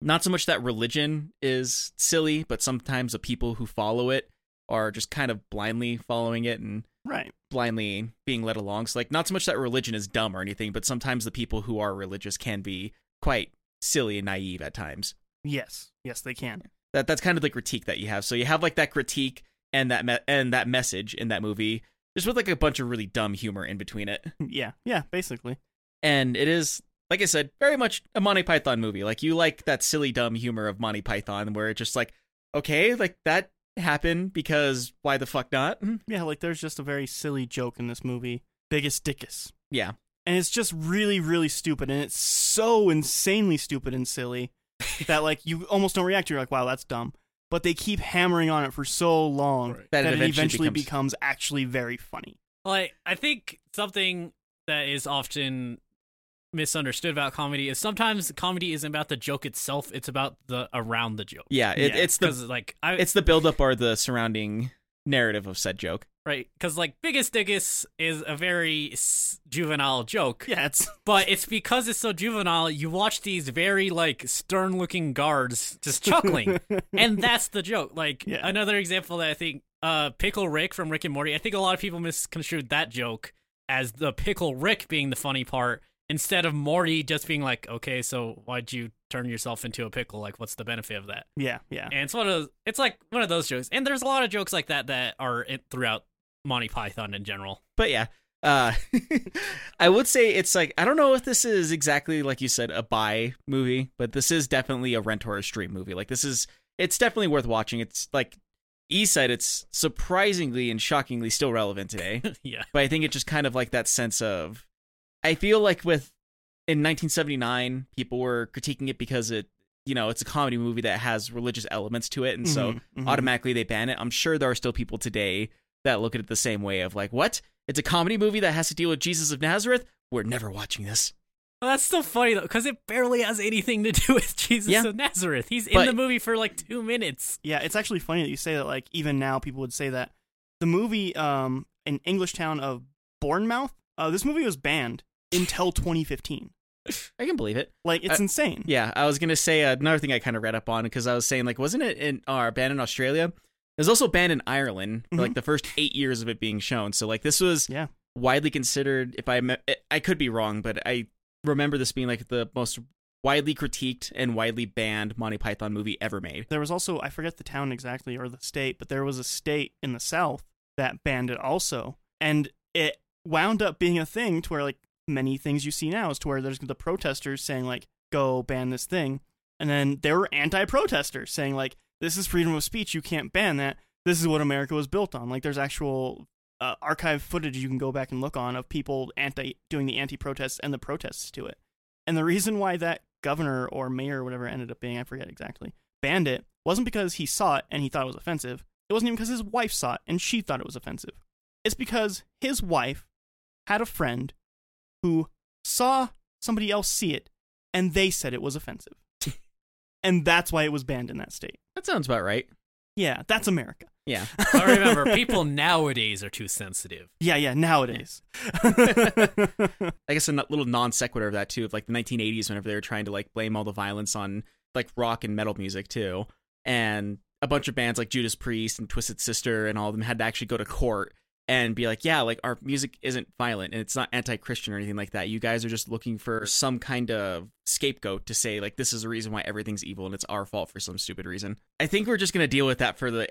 Speaker 2: not so much that religion is silly but sometimes the people who follow it are just kind of blindly following it and
Speaker 1: Right.
Speaker 2: blindly being led along. So like not so much that religion is dumb or anything, but sometimes the people who are religious can be quite silly and naive at times.
Speaker 1: Yes. Yes, they can.
Speaker 2: That that's kind of the critique that you have. So you have like that critique and that me- and that message in that movie just with like a bunch of really dumb humor in between it.
Speaker 1: Yeah. Yeah, basically.
Speaker 2: And it is like I said, very much a Monty Python movie. Like you like that silly dumb humor of Monty Python where it's just like okay, like that happened because why the fuck not? Hmm.
Speaker 1: Yeah, like there's just a very silly joke in this movie. Biggest dickus.
Speaker 2: Yeah.
Speaker 1: and it's just really really stupid and it's so insanely stupid and silly that like you almost don't react you're like wow that's dumb but they keep hammering on it for so long
Speaker 3: Right.
Speaker 1: that, it eventually becomes... actually very funny
Speaker 3: Like I think something that is often misunderstood about comedy is sometimes comedy isn't about the joke itself; it's about the around the joke.
Speaker 2: Yeah, it,
Speaker 1: Yeah,
Speaker 2: it's the
Speaker 3: 'Cause, like I,
Speaker 2: it's the buildup or the surrounding narrative of said joke.
Speaker 3: right because like biggest dickus is a very s- juvenile joke.
Speaker 1: yeah it's
Speaker 3: But it's because it's so juvenile, you watch these very like stern looking guards just chuckling. and that's the joke. Like
Speaker 1: Yeah.
Speaker 3: another example that I think uh Pickle Rick from Rick and Morty, I think a lot of people misconstrued that joke as the Pickle Rick being the funny part instead of Morty just being like, Okay, so why'd you turn yourself into a pickle? Like what's the benefit of that?
Speaker 1: yeah yeah
Speaker 3: And it's one of those, it's like one of those jokes. And there's a lot of jokes like that that are in, throughout Monty Python in general.
Speaker 2: But yeah, uh, I would say it's like I don't know if this is exactly like you said a buy movie, but this is definitely a rent or a stream movie. Like this is it's definitely worth watching. It's like E said, it's surprisingly and shockingly still relevant today.
Speaker 3: yeah.
Speaker 2: but I think it's just kind of like that sense of I feel like with in 1979 people were critiquing it because it you know it's a comedy movie that has religious elements to it and so
Speaker 1: Mhm, mhm.
Speaker 2: automatically they ban it. I'm sure there are still people today that look at it the same way of like, what? It's a comedy movie that has to deal with Jesus of Nazareth. We're never watching this.
Speaker 3: Well, that's still funny though, because it barely has anything to do with Jesus
Speaker 2: Yeah.
Speaker 3: of Nazareth. He's in
Speaker 2: But-
Speaker 3: the movie for like two minutes.
Speaker 1: yeah it's actually funny that you say that like even now people would say that the movie um an english town of bournemouth uh, this movie was banned until 2015
Speaker 2: I can believe it.
Speaker 1: like it's
Speaker 2: Uh,
Speaker 1: insane
Speaker 2: Yeah, I was gonna say uh, another thing I kind of read up on because I was saying like, wasn't it in our banned in Australia? It was also banned in Ireland for like the first eight years of it being shown. So like this was
Speaker 1: Yeah.
Speaker 2: widely considered. If I me- eh, I could be wrong, but I remember this being like the most widely critiqued and widely banned Monty Python movie ever made.
Speaker 1: There was also I forget the town exactly or the state, but there was a state in the south that banned it also, and it wound up being a thing to where like many things you see now is to where there's the protesters saying like go ban this thing, and then there were anti-protesters saying like this is freedom of speech, you can't ban that. This is what America was built on. Like there's actual uh, archive footage you can go back and look on of people anti doing the anti-protests and the protests to it. And the reason why that governor or mayor or whatever ended up being, I forget exactly, banned it wasn't because he saw it and he thought it was offensive. It wasn't even because his wife saw it and she thought it was offensive. It's because his wife had a friend who saw somebody else see it and they said it was offensive. and that's why it was banned in that state.
Speaker 2: That sounds about right.
Speaker 1: Yeah, that's America.
Speaker 2: Yeah.
Speaker 3: But remember, people nowadays are too sensitive.
Speaker 1: Yeah, yeah, nowadays.
Speaker 2: I guess a n- little non sequitur of that too, of like the 1980s, whenever they were trying to like blame all the violence on like rock and metal music too. And a bunch of bands like Judas Priest and Twisted Sister and all of them had to actually go to court and be like, yeah, like our music isn't violent and it's not anti-Christian or anything like that. You guys are just looking for some kind of scapegoat to say like this is the reason why everything's evil and it's our fault for some stupid reason. I think we're just going to deal with that for the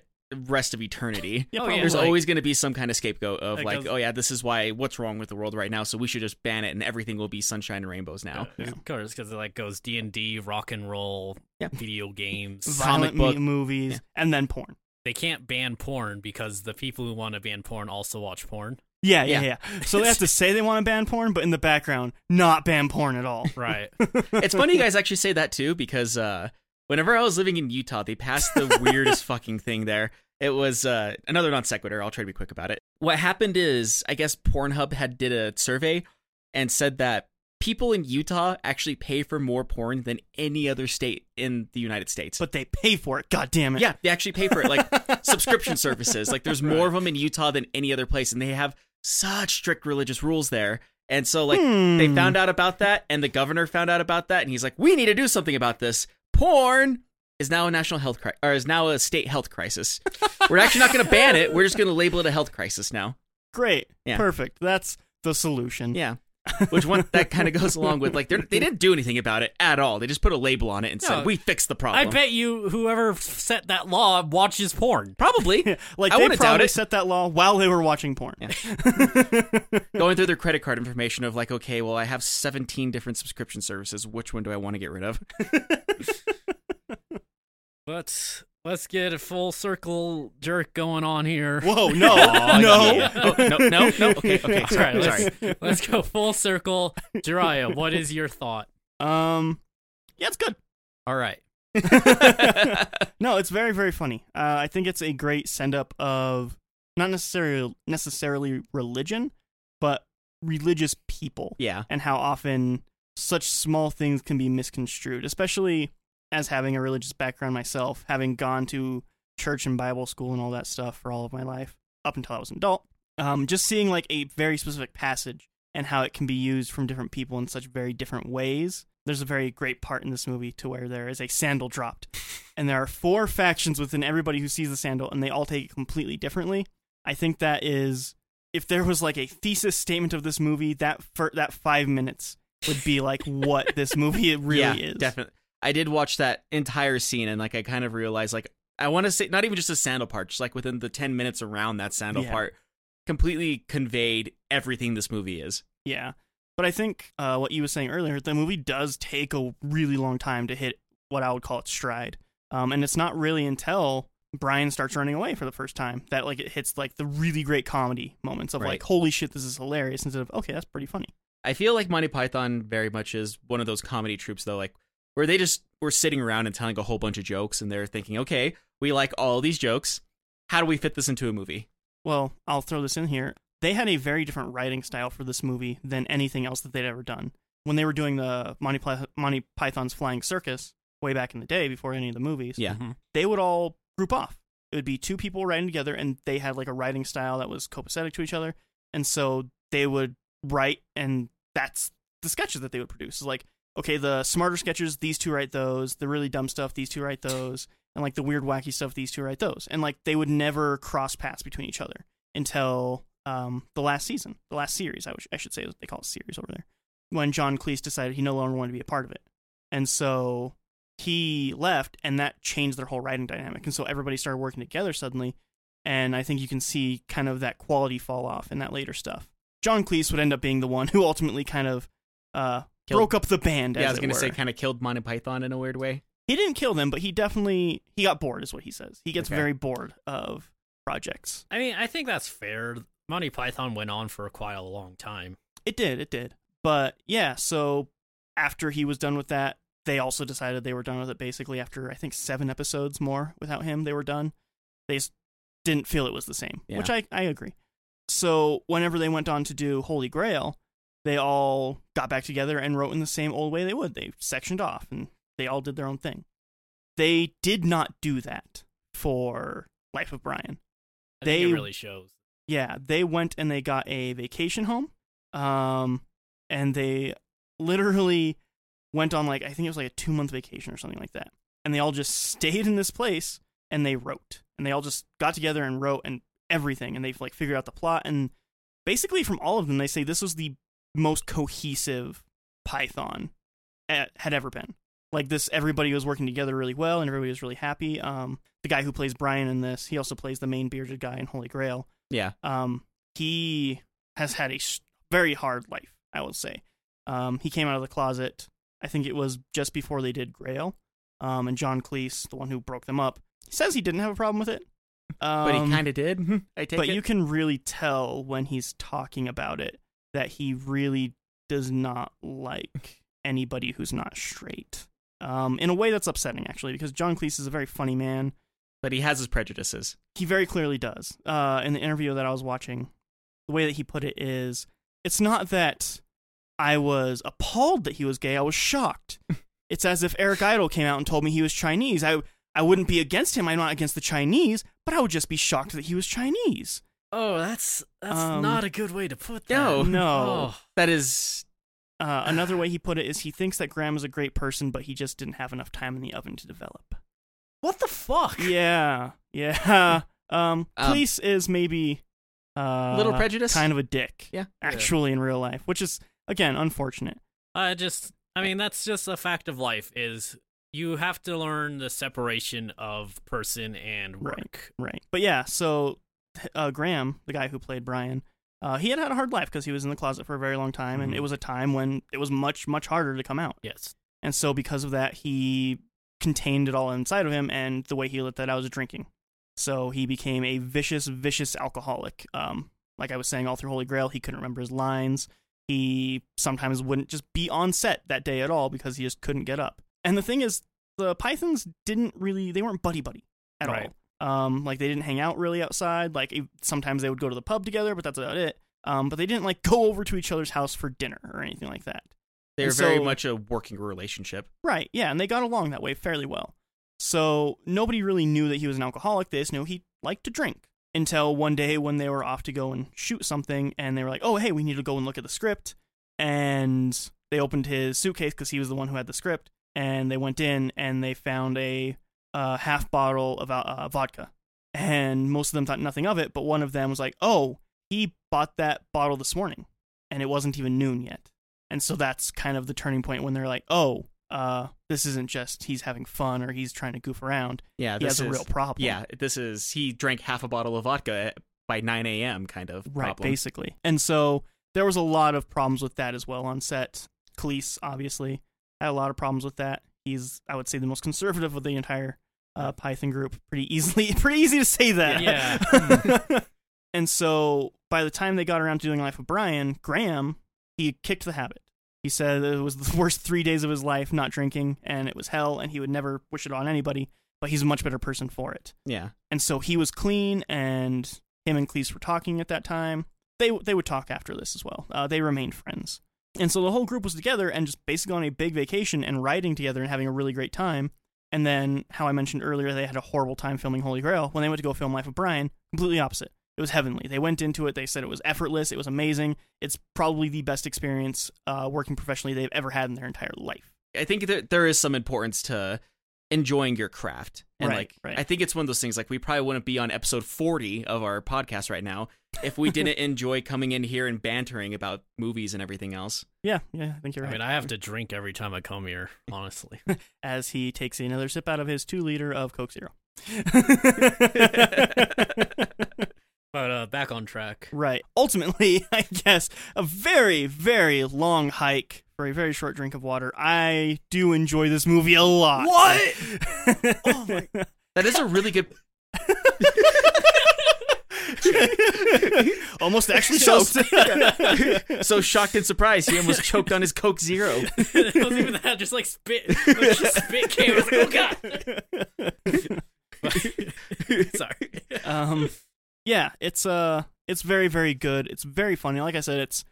Speaker 2: rest of eternity.
Speaker 1: Yeah,
Speaker 3: Oh,
Speaker 1: probably.
Speaker 3: yeah.
Speaker 2: There's
Speaker 3: like-
Speaker 2: always going to be some kind of scapegoat of
Speaker 3: Like,
Speaker 2: like,
Speaker 3: of-
Speaker 2: oh yeah, this is why what's wrong with the world right now, so we should just ban it and everything will be sunshine and rainbows now.
Speaker 1: Yeah.
Speaker 3: Of course, because it like goes D and D, rock and roll,
Speaker 2: Yeah.
Speaker 3: video games.
Speaker 1: violent
Speaker 2: comic book.
Speaker 1: me- movies,
Speaker 2: Yeah.
Speaker 1: and then porn.
Speaker 3: They can't ban porn because the people who want to ban porn also watch porn.
Speaker 1: Yeah, yeah, yeah. So they have to say they want to ban porn, but in the background, not ban porn at all.
Speaker 3: Right.
Speaker 2: it's funny you guys actually say that too because uh, whenever I was living in Utah, they passed the weirdest fucking thing there. It was uh, another non sequitur. I'll try to be quick about it. What happened is, I guess Pornhub had did a survey and said that people in Utah actually pay for more porn than any other state in the United States.
Speaker 1: But they pay for it. God damn it.
Speaker 2: Yeah, they actually pay for it, like subscription services. Like there's more of them in Utah than any other place, and they have such strict religious rules there. And so, like, they
Speaker 1: Hmm.
Speaker 2: found out about that, and the governor found out about that, and he's like, "We need to do something about this. Porn is now a national health crisis, or is now a state health crisis. We're actually not going to ban it. We're just going to label it a health crisis now.
Speaker 1: Great.
Speaker 2: Yeah.
Speaker 1: Perfect. That's the solution.
Speaker 2: Yeah." Which one that kind of goes along with like they're- they didn't do anything about it at all. They just put a label on it and
Speaker 3: No.
Speaker 2: said we fixed the
Speaker 3: I
Speaker 2: problem.
Speaker 3: bet you whoever set that law watches porn.
Speaker 2: probably
Speaker 1: Like
Speaker 2: I
Speaker 1: they
Speaker 2: wouldn't doubt
Speaker 1: probably
Speaker 2: it.
Speaker 1: set that law while they were watching porn.
Speaker 2: Yeah. going through their credit card information of like, okay, well, I have 17 different subscription services. Which one do I want to get rid of?
Speaker 3: But let's get a full circle jerk going on here.
Speaker 1: Whoa, Oh, no.
Speaker 2: Aw,
Speaker 1: no.
Speaker 2: yeah. Oh, no, no, no. Okay, okay.
Speaker 3: All
Speaker 2: Sorry,
Speaker 3: right,
Speaker 2: sorry.
Speaker 3: let's, let's go full circle. Jiraiya, what is your thought?
Speaker 1: Um Yeah, it's good.
Speaker 3: All right.
Speaker 1: No, it's very very funny. Uh, I think it's a great send up of not necessarily necessarily religion, but religious people
Speaker 2: yeah.
Speaker 1: and how often such small things can be misconstrued, especially as having a religious background myself, having gone to church and Bible school and all that stuff for all of my life up until I was an adult. Um, just seeing like a very specific passage and how it can be used from different people in such very different ways. There's a very great part in this movie to where there is a sandal dropped, and there are four factions within everybody who sees the sandal, and they all take it completely differently. I think that is if there was like a thesis statement of this movie, that fir- that five minutes would be like what this movie it really
Speaker 2: yeah,
Speaker 1: is.
Speaker 2: Definitely. I did watch that entire scene and like I kind of realized like I want to say not even just the sandal part, just like within the 10 minutes around that sandal
Speaker 1: Yeah.
Speaker 2: part completely conveyed everything this movie is.
Speaker 1: Yeah. But I think uh, what you were saying earlier, the movie does take a really long time to hit what I would call its stride. Um, and it's not really until Brian starts running away for the first time that like it hits like the really great comedy moments of like,
Speaker 2: Right.
Speaker 1: holy shit, this is hilarious instead of okay, that's pretty funny.
Speaker 2: I feel like Monty Python very much is one of those comedy troops though, like where they just were sitting around and telling a whole bunch of jokes and they're thinking, okay, we like all these jokes. How do we fit this into a movie?
Speaker 1: Well, I'll throw this in here. They had a very different writing style for this movie than anything else that they'd ever done. When they were doing the Monty, Ply- Monty Python's Flying Circus way back in the day before any of the movies,
Speaker 2: Yeah.
Speaker 1: they would all group off. It would be two people writing together, and they had like a writing style that was copacetic to each other. And so they would write, and that's the sketches that they would produce. It's like, okay, the smarter sketches, these two write those. The really dumb stuff, these two write those. And like the weird, wacky stuff, these two write those. And like they would never cross paths between each other until um, the last season, the last series, I, wish, I should say, they call it series over there, when John Cleese decided he no longer wanted to be a part of it. And so he left and that changed their whole writing dynamic and so everybody started working together suddenly and i think you can see kind of that quality fall off in that later stuff john cleese would end up being the one who ultimately kind of uh,
Speaker 2: Killed-
Speaker 1: broke up the band as
Speaker 2: Yeah, I was
Speaker 1: it
Speaker 2: gonna say
Speaker 1: were.
Speaker 2: kind of killed Monty Python in a weird way.
Speaker 1: he didn't kill them but he definitely he got bored is what he says he gets
Speaker 2: Okay.
Speaker 1: very bored of projects
Speaker 3: I mean, I think that's fair. Monty Python went on for quite a long time.
Speaker 1: It did, it did. But yeah, so after he was done with that, they also decided they were done with it basically after I think 7 episodes more without him, they were done. They just didn't feel it was the same,
Speaker 2: Yeah.
Speaker 1: which I I agree. So whenever they went on to do Holy Grail, they all got back together and wrote in the same old way they would. They sectioned off and they all did their own thing. They did not do that for Life of Brian.
Speaker 3: I think
Speaker 1: They-
Speaker 3: it really shows.
Speaker 1: Yeah, they went and they got a vacation home. Um, and they literally went on like I think it was like a two month vacation or something like that, and they all just stayed in this place and they wrote and they all just got together and wrote and everything and they've like figured out the plot and basically from all of them they say this was the most cohesive Python eh, had ever been. Like this, everybody was working together really well, and everybody was really happy. Um, the guy who plays Brian in this, he also plays the main bearded guy in Holy Grail
Speaker 2: Yeah.
Speaker 1: um, he has had a s- very hard life, I will say. Um, he came out of the closet, I think it was just before they did Grail, um, and John Cleese, the one who broke them up, he says he didn't have a problem with it. Um,
Speaker 2: But he kind of did. I take
Speaker 1: but
Speaker 2: it.
Speaker 1: you can really tell when he's talking about it that he really does not like anybody who's not straight. Um, in a way that's upsetting, actually, because John Cleese is a very funny man
Speaker 2: but he has his prejudices.
Speaker 1: he very clearly does. Uh, in the interview that I was watching, the way that he put it is, it's not that I was appalled that he was gay. I was shocked. it's as if Eric Idle came out and told me he was Chinese. I I wouldn't be against him. I'm not against the Chinese, but I would just be shocked that he was Chinese.
Speaker 3: Oh, that's that's
Speaker 1: Um,
Speaker 3: not a good way to put that.
Speaker 2: No.
Speaker 1: No.
Speaker 3: Oh,
Speaker 2: That is
Speaker 1: Uh, another way he put it is he thinks that Graham is a great person, but he just didn't have enough time in the oven to develop.
Speaker 3: what the fuck?
Speaker 1: Yeah, yeah. Um,
Speaker 2: Um,
Speaker 1: Cleese is maybe uh,
Speaker 2: little prejudice.
Speaker 1: kind of a dick.
Speaker 2: Yeah.
Speaker 1: actually in real life, which is again unfortunate.
Speaker 3: I just I mean that's just a fact of life is you have to learn the separation of person and work.
Speaker 1: Right. But yeah, so uh, Graham, the guy who played Brian, uh, he had had a hard life because he was in the closet for a very long time, and
Speaker 2: Mhm.
Speaker 1: it was a time when it was much much harder to come out.
Speaker 3: Yes.
Speaker 1: And so because of that, he contained it all inside of him, and the way he let that out was drinking. So he became a vicious, vicious alcoholic. Um, like I was saying, all through Holy Grail, he couldn't remember his lines. He sometimes wouldn't just be on set that day at all because he just couldn't get up. And the thing is, the Pythons didn't really, they weren't buddy buddy at
Speaker 3: Right.
Speaker 1: all. Um, like they didn't hang out really outside. Like e- sometimes they would go to the pub together, but that's about it. Um, but they didn't like go over to each other's house for dinner or anything like that.
Speaker 2: they're
Speaker 1: And
Speaker 2: very
Speaker 1: so-
Speaker 2: much a working relationship.
Speaker 1: Right. Yeah, and they got along that way fairly well. So nobody really knew that he was an alcoholic. They just knew he liked to drink. Until one day when they were off to go and shoot something, and they were like, "Oh, hey, we need to go and look at the script." And they opened his suitcase because he was the one who had the script, and they went in and they found a uh, half bottle of uh, vodka. And most of them thought nothing of it, but one of them was like, "Oh, he bought that bottle this morning, and it wasn't even noon yet." And so that's kind of the turning point when they're like, "Oh, uh, this isn't just he's having fun or he's trying to goof around.
Speaker 2: Yeah,
Speaker 1: He
Speaker 2: this
Speaker 1: has a
Speaker 2: is,
Speaker 1: real problem."
Speaker 2: Yeah, this is he drank half a bottle of vodka eh, by 9 a.m. kind of
Speaker 1: right,
Speaker 2: problem.
Speaker 1: basically. And so there was a lot of problems with that as well on set. Khalees obviously had a lot of problems with that. He's, I would say, the most conservative of the entire uh, Python group. Pretty easily, pretty easy to say that.
Speaker 3: Yeah. Mm-hmm.
Speaker 1: and so by the time they got around to doing Life of Brian, Graham, he kicked the habit. He said it was the worst three days of his life not drinking, and it was hell, and he would never wish it on anybody, but he's a much better person for it.
Speaker 2: Yeah.
Speaker 1: And so he was clean, and him and Cleese were talking at that time. They they would talk after this as well. Uh, they remained friends, and so the whole group was together and just basically on a big vacation and riding together and having a really great time. And then, how I mentioned earlier, they had a horrible time filming Holy Grail. When they went to go film Life of Brian, completely opposite. It was heavenly. They went into it. They said it was effortless. It was amazing. It's probably the best experience uh, working professionally they've ever had in their entire life.
Speaker 2: I think there there is some importance to enjoying your craft. And
Speaker 1: Right,
Speaker 2: like
Speaker 1: right.
Speaker 2: I think it's one of those things like we probably wouldn't be on episode 40 of our podcast right now if we didn't enjoy coming in here and bantering about movies and everything else.
Speaker 1: Yeah, yeah, I think you're
Speaker 3: I
Speaker 1: right.
Speaker 3: mean, I have to drink every time I come here, honestly.
Speaker 1: as he takes another sip out of his two liter of Coke Zero.
Speaker 3: but uh back on track.
Speaker 1: right. Ultimately, I guess a very, very long hike for a very short drink of water. I do enjoy this movie a lot.
Speaker 2: Oh my- That is a really good
Speaker 1: Almost actually
Speaker 2: So-
Speaker 1: choked.
Speaker 2: So shocked and surprised he almost choked on his Coke Zero.
Speaker 3: it wasn't even that, just like spit. like, just spit came. I was like, oh god. Sorry.
Speaker 1: um, yeah, it's uh, it's very very good. It's very funny. Like I said, it's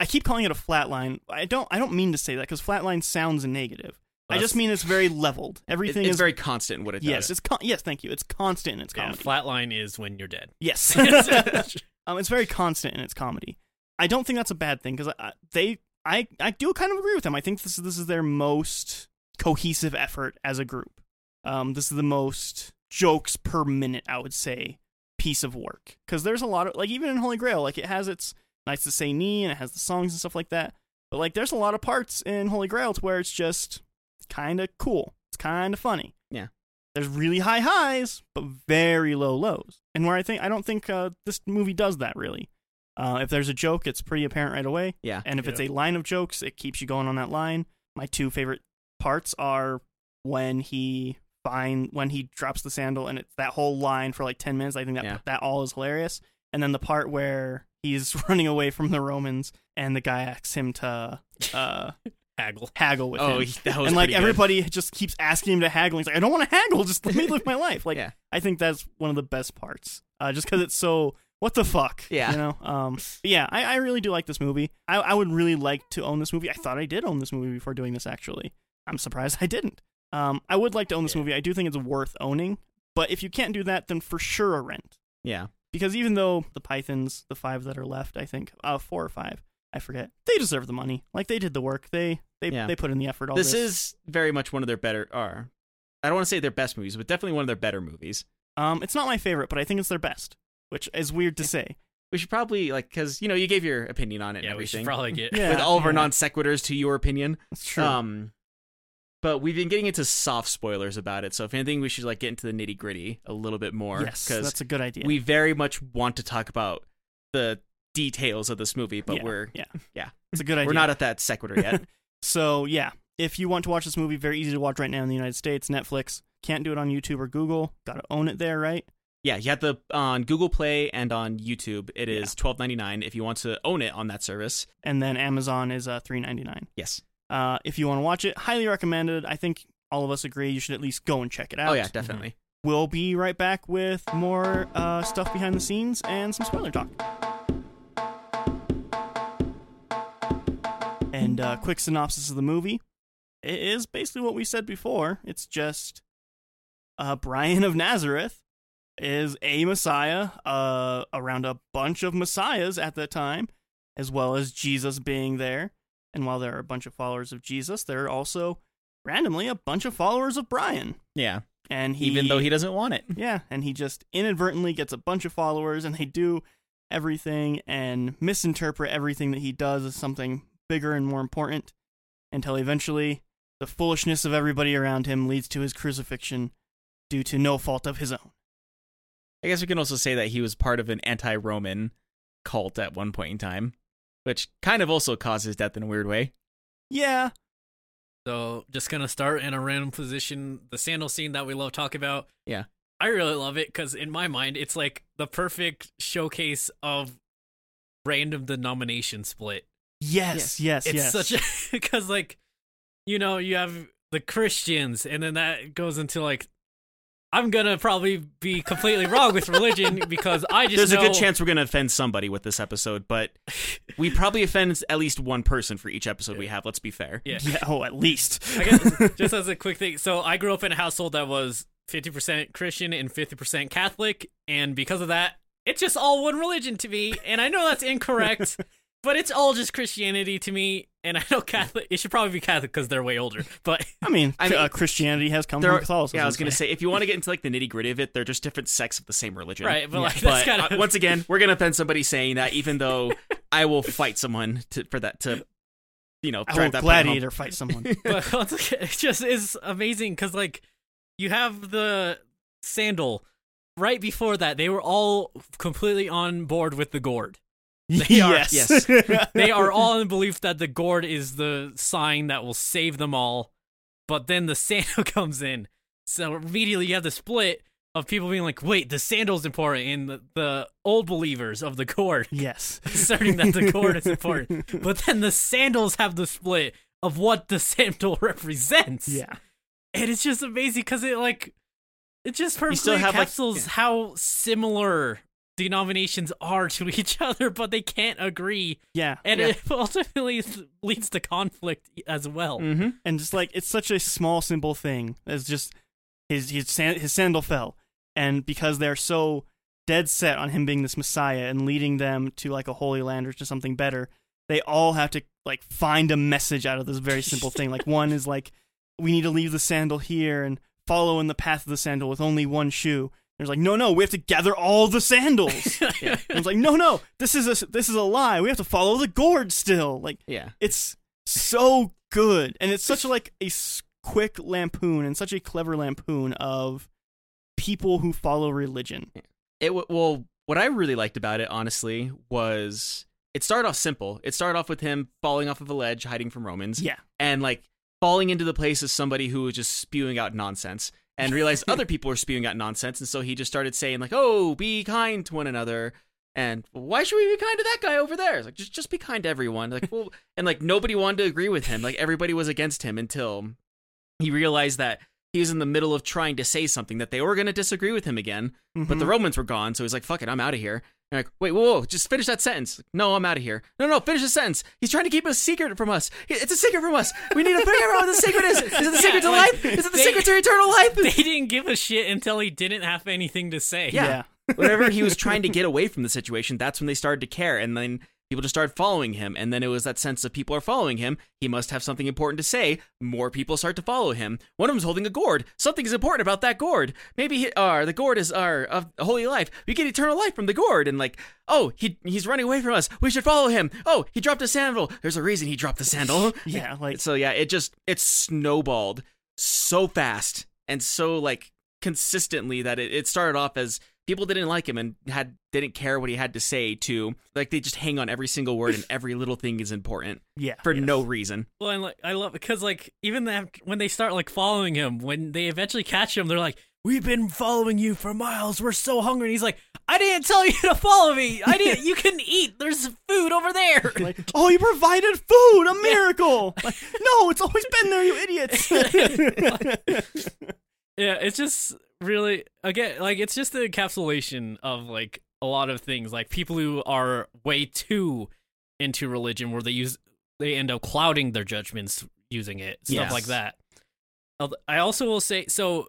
Speaker 1: I keep calling it a flatline. I don't I don't mean to say that because flatline sounds negative. I
Speaker 3: That's-
Speaker 1: just mean it's very leveled.
Speaker 2: It-
Speaker 1: Everything
Speaker 2: it's
Speaker 1: is
Speaker 2: very constant in what it does.
Speaker 1: yes. It's con- yes. Thank you. It's constant in its
Speaker 3: Yeah,
Speaker 1: comedy.
Speaker 3: flatline Um, is when you're dead.
Speaker 1: yes,
Speaker 3: Yes.
Speaker 1: um, it's very constant in its comedy. I don't think that's a bad thing because they I I do kind of agree with them. I think this is this is their most cohesive effort as a group. Um, this is the most jokes per minute, I would say, piece of work because there's a lot of like even in Holy Grail, like it has its Knights to Say Knee and it has the songs and stuff like that. But like there's a lot of parts in Holy Grail to where it's just kind of cool. It's kind of funny.
Speaker 2: Yeah.
Speaker 1: There's really high highs, but very low lows. And where I think I don't think uh, this movie does that really. Uh, if there's a joke, it's pretty apparent right away.
Speaker 2: Yeah.
Speaker 1: And if it's a
Speaker 3: Yeah.
Speaker 1: line of jokes, it keeps you going on that line. My two favorite parts are when he find when he drops the sandal, and it's that whole line for like ten minutes. I think that
Speaker 2: Yeah.
Speaker 1: that all is hilarious. And then the part where he's running away from the Romans, and the guy asks him to uh,
Speaker 3: Haggle.
Speaker 1: haggle with him
Speaker 2: Oh, he- that was
Speaker 1: and like
Speaker 2: pretty good.
Speaker 1: everybody just keeps asking him to haggle. He's like, I don't want to haggle. Just let me live my life. Like,
Speaker 2: Yeah.
Speaker 1: I think that's one of the best parts, uh, just because it's so what the fuck.
Speaker 2: Yeah.
Speaker 1: you know. Um, but yeah, I, I really do like this movie. I, I would really like to own this movie. I thought I did own this movie before doing this. Actually, I'm surprised I didn't. Um, I would like to own this
Speaker 3: Yeah.
Speaker 1: movie. I do think it's worth owning. But if you can't do that, then for sure a rent
Speaker 2: Yeah.
Speaker 1: because even though the pythons the five that are left i think uh four or five i forget they deserve the money like they did the work they they
Speaker 2: Yeah.
Speaker 1: they put in the effort all
Speaker 2: This
Speaker 1: this,
Speaker 2: is very much one of their better or I don't want to say their best movies, but definitely one of their better movies.
Speaker 1: um it's not my favorite but i think it's their best which is weird to say
Speaker 2: We should probably like cuz you know, you gave your opinion on it and
Speaker 3: Yeah, we
Speaker 2: everything.
Speaker 3: should probably get.
Speaker 1: Yeah.
Speaker 2: with all of our
Speaker 1: yeah.
Speaker 2: non sequiturs to your opinion.
Speaker 1: it's true
Speaker 2: Um but we've been getting into soft spoilers about it. So if anything we should like get into the nitty-gritty a little bit more
Speaker 1: yes that's a good idea
Speaker 2: we very much want to talk about the details of this movie, but
Speaker 1: Yeah,
Speaker 2: we're
Speaker 1: yeah
Speaker 2: yeah.
Speaker 1: it's a good idea
Speaker 2: we're not at that sequitur yet.
Speaker 1: so yeah if you want to watch this movie very easy to watch right now in the united states netflix can't do it on youtube or google gotta own it there right
Speaker 2: yeah, you have the on Google Play and on YouTube. It is twelve ninety nine if you want to own it on that service.
Speaker 1: and then amazon is uh 399
Speaker 2: Yes.
Speaker 1: uh if you want to watch it highly recommended i think all of us agree you should at least go and check it out
Speaker 2: Oh yeah, definitely.
Speaker 1: We'll be right back with more uh, stuff behind the scenes and some spoiler talk. And uh, quick synopsis of the movie. It is basically what we said before. It's just uh, Brian of Nazareth is a messiah uh, around a bunch of messiahs at that time, as well as Jesus being there. And while there are a bunch of followers of Jesus, there are also randomly a bunch of followers of Brian.
Speaker 2: Yeah.
Speaker 1: And he,
Speaker 2: Even though he doesn't want it.
Speaker 1: yeah, and he just inadvertently gets a bunch of followers, and they do everything and misinterpret everything that he does as something bigger and more important until eventually the foolishness of everybody around him leads to his crucifixion due to no fault of his own.
Speaker 2: I guess we can also say that he was part of an anti Roman cult at one point in time, which kind of also caused his death in a weird way.
Speaker 1: Yeah,
Speaker 3: So just gonna start in a random position. The sandal scene that we love talk about.
Speaker 2: Yeah.
Speaker 3: I really love it because in my mind it's like the perfect showcase of random denomination split.
Speaker 1: yes, yes, yes.
Speaker 3: It's such a because like you know you have the Christians and then that goes into like I'm gonna probably be completely wrong with religion because I just
Speaker 2: There's a
Speaker 3: know-
Speaker 2: good chance we're going to offend somebody with this episode, but we probably offend at least one person for each episode we have. Let's be fair.
Speaker 3: Yeah.
Speaker 1: yeah, oh, at least.
Speaker 3: I guess just as a quick thing, so I grew up in a household that was 50% Christian and 50% Catholic, and because of that, it's just all one religion to me. And I know that's incorrect, but it's all just Christianity to me. And I know Catholic, it should probably be Catholic because they're way older. But
Speaker 1: I mean,
Speaker 2: I mean-
Speaker 1: uh, Christianity has come
Speaker 2: There
Speaker 1: from
Speaker 2: are,
Speaker 1: Catholicism.
Speaker 2: yeah, I was going to
Speaker 1: so-
Speaker 2: say, if you want to get into like the nitty gritty of it, they're just different sects of the same religion.
Speaker 3: right, but like
Speaker 2: But
Speaker 3: that's kind
Speaker 2: uh,
Speaker 3: of
Speaker 2: once again, we're going to offend somebody saying that, even though I will fight someone to, for that to, you know, drive
Speaker 1: I will
Speaker 2: that point home.
Speaker 1: Oh, gladiator fight someone.
Speaker 3: but once again, it just is amazing because like you have the sandal. Right before that, they were all completely on board with the gourd. They are-
Speaker 1: yes,
Speaker 2: yes.
Speaker 3: they are all in belief that the gourd is the sign that will save them all. But then the sandal comes in. So immediately you have the split of people being like, wait, the sandal's important. And the, the old believers of the gourd
Speaker 1: yes.
Speaker 3: asserting that the gourd is important. But then the sandals have the split of what the sandal represents.
Speaker 1: Yeah.
Speaker 3: And it's just amazing because it like, it just perfectly
Speaker 2: still have, like-
Speaker 3: encapsulates how similar denominations are to each other, but they can't agree
Speaker 1: Yeah.
Speaker 3: and
Speaker 2: Yeah.
Speaker 3: it ultimately s- leads to conflict as well.
Speaker 2: Mm-hmm.
Speaker 1: and just like it's such a small simple thing it's just his his, san- his sandal fell and because they're so dead set on him being this messiah and leading them to like a holy land or to something better they all have to like find a message out of this very simple thing. Like one is like, we need to leave the sandal here and follow in the path of the sandal with only one shoe. And it's like, no, no, we have to gather all the sandals. And it's like, no, no, this is a this is a lie. We have to follow the gourd still. Like
Speaker 2: Yeah.
Speaker 1: it's so good, and it's such like a s- quick lampoon and such a clever lampoon of people who follow religion.
Speaker 2: It w- well, what I really liked about it, honestly, was it started off simple. It started off with him falling off of a ledge, hiding from Romans,
Speaker 1: Yeah,
Speaker 2: and like falling into the place of somebody who was just spewing out nonsense, and realized other people were spewing out nonsense, and so he just started saying like, "Oh, be kind to one another." And why should we be kind to that guy over there? It's like just just be kind to everyone. Like well, and like nobody wanted to agree with him. Like everybody was against him until he realized that he was in the middle of trying to say something that they were going to disagree with him again but the
Speaker 3: Mm-hmm.
Speaker 1: Mhm.
Speaker 2: Romans were gone, so he's like, "Fuck it, I'm out of here." And like, wait, whoa, whoa, just finish that sentence. Like, no, I'm out of here. No, no, finish the sentence. He's trying to keep a secret from us. It's a secret from us. We need to figure out what the secret is. Is it the secret to
Speaker 3: like,
Speaker 2: life? Is it the
Speaker 3: they-
Speaker 2: secret to eternal life?
Speaker 3: they didn't give a shit until he didn't have anything to say.
Speaker 2: Yeah. Whenever he was trying to get away from the situation, that's when they started to care, and then people just started following him. And then it was that sense of people are following him. He must have something important to say. More people start to follow him. One of them's holding a gourd. Something is important about that gourd. Maybe he, uh, the gourd is our of holy life. We get eternal life from the gourd. And like, oh, he he's running away from us. We should follow him. Oh, he dropped a sandal. There's a reason he dropped the sandal.
Speaker 1: yeah, like
Speaker 2: So yeah, it just it snowballed so fast and so like consistently that it, it started off as people didn't like him and had didn't care what he had to say to like they just hang on every single word and every little thing is important
Speaker 1: yeah,
Speaker 2: for
Speaker 1: yes.
Speaker 2: no reason.
Speaker 3: Well, and like I love because like even the, when they start like following him, when they eventually catch him, they're like, "We've been following you for miles. We're so hungry." And he's like, "I didn't tell you to follow me. I didn't. you can eat. There's food over there."
Speaker 1: Like, oh, you provided food, a miracle. Like, no, it's always been there, you idiots.
Speaker 3: yeah, it's just really again like it's just the encapsulation of like a lot of things. Like people who are way too into religion, where they use they end up clouding their judgments using it, stuff
Speaker 2: Yes.
Speaker 3: like that. Al- I also will say so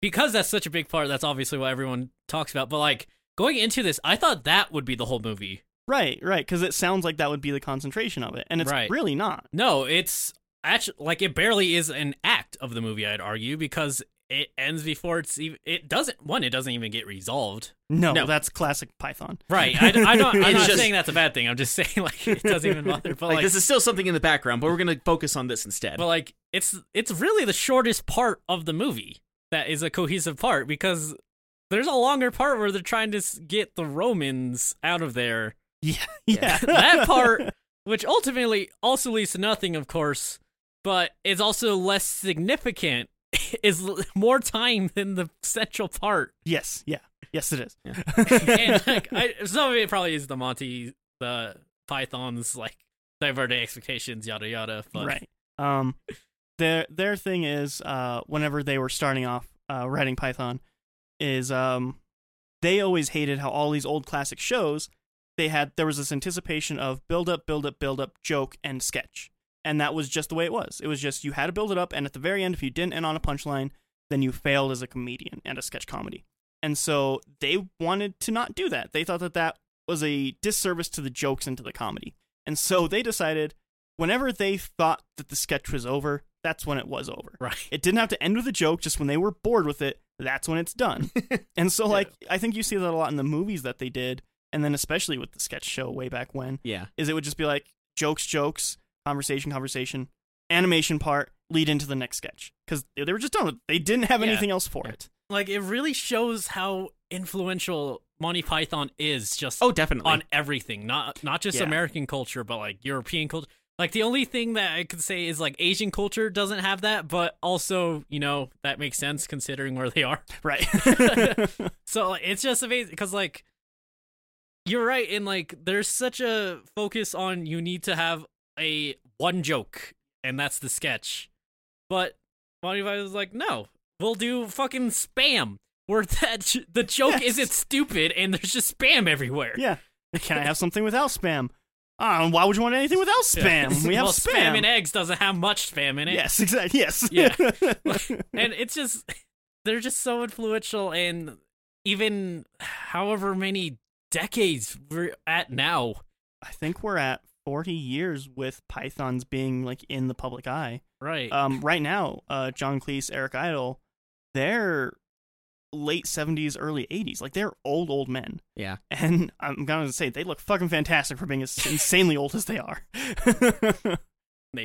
Speaker 3: because that's such a big part. That's obviously what everyone talks about. But like going into this, I thought that would be the whole movie.
Speaker 1: right, right, because it sounds like that would be the concentration of it, and it's
Speaker 3: Right.
Speaker 1: really not.
Speaker 3: No, it's actually like it barely is an act of the movie. I'd argue because it ends before it's even. It doesn't. One, it doesn't even get resolved.
Speaker 1: No,
Speaker 2: No.
Speaker 1: that's classic Python.
Speaker 3: Right. I, I don't, I'm
Speaker 2: It's
Speaker 3: not
Speaker 2: just-
Speaker 3: saying that's a bad thing. I'm just saying like it doesn't even bother. But
Speaker 2: Like,
Speaker 3: like,
Speaker 2: this is still something in the background, but we're gonna focus on this instead.
Speaker 3: but like it's it's really the shortest part of the movie that is a cohesive part because there's a longer part where they're trying to s- get the Romans out of there.
Speaker 1: Yeah,
Speaker 3: That part, which ultimately also leads to nothing, of course, but is also less significant. Is l- more time than the central part,
Speaker 1: Yes, yeah, yes, it is.
Speaker 3: and like I, some of it probably is the Monty, the Pythons, like diverting expectations, yada yada. But
Speaker 1: Right. Um, their their thing is uh, whenever they were starting off uh, writing Python, is um, they always hated how all these old classic shows they had there was this anticipation of build up, build up, build up, joke and sketch, and that was just the way it was. It was just you had to build it up, and at the very end, if you didn't end on a punchline, then you failed as a comedian and a sketch comedy. And so they wanted to not do that. They thought that that was a disservice to the jokes and to the comedy. And so they decided whenever they thought that the sketch was over, that's when it was over.
Speaker 3: right.
Speaker 1: It didn't have to end with a joke, just when they were bored with it, that's when it's done. and so, like, I think you see that a lot in the movies that they did, and then especially with the sketch show way back when,
Speaker 2: yeah.
Speaker 1: is it would just be like jokes, jokes, conversation, conversation, animation part, lead into the next sketch. Because they they were just done with it. They didn't have
Speaker 3: Yeah.
Speaker 1: anything else for
Speaker 2: Yeah.
Speaker 1: it.
Speaker 3: like it really shows how influential Monty Python is just
Speaker 2: Oh definitely.
Speaker 3: on everything not not just
Speaker 1: Yeah.
Speaker 3: American culture but like European culture like the only thing that I could say is like Asian culture doesn't have that but also you know that makes sense considering where they are
Speaker 1: Right.
Speaker 3: so like, it's just amazing because like you're right in like there's such a focus on you need to have a one joke and that's the sketch but Monty Python was like no we'll do fucking spam where that j- the joke
Speaker 1: Yes.
Speaker 3: isn't stupid and there's just spam everywhere
Speaker 1: yeah. Can I have something without spam? Ah, why would you want anything without
Speaker 3: Yeah.
Speaker 1: spam? We have
Speaker 3: well, spam. and eggs doesn't have much spam in it
Speaker 1: Yes, exactly. Yes.
Speaker 3: Yeah. and it's just they're just so influential and even however many decades we're at now
Speaker 1: I think we're at 40 years with pythons being like in the public eye.
Speaker 3: Right.
Speaker 1: Um, right now, uh, John Cleese, Eric Idle, they're late 70s, early 80s. Like they're old, old men.
Speaker 2: Yeah.
Speaker 1: And I'm going to say they look fucking fantastic for being as insanely old as they are.
Speaker 3: they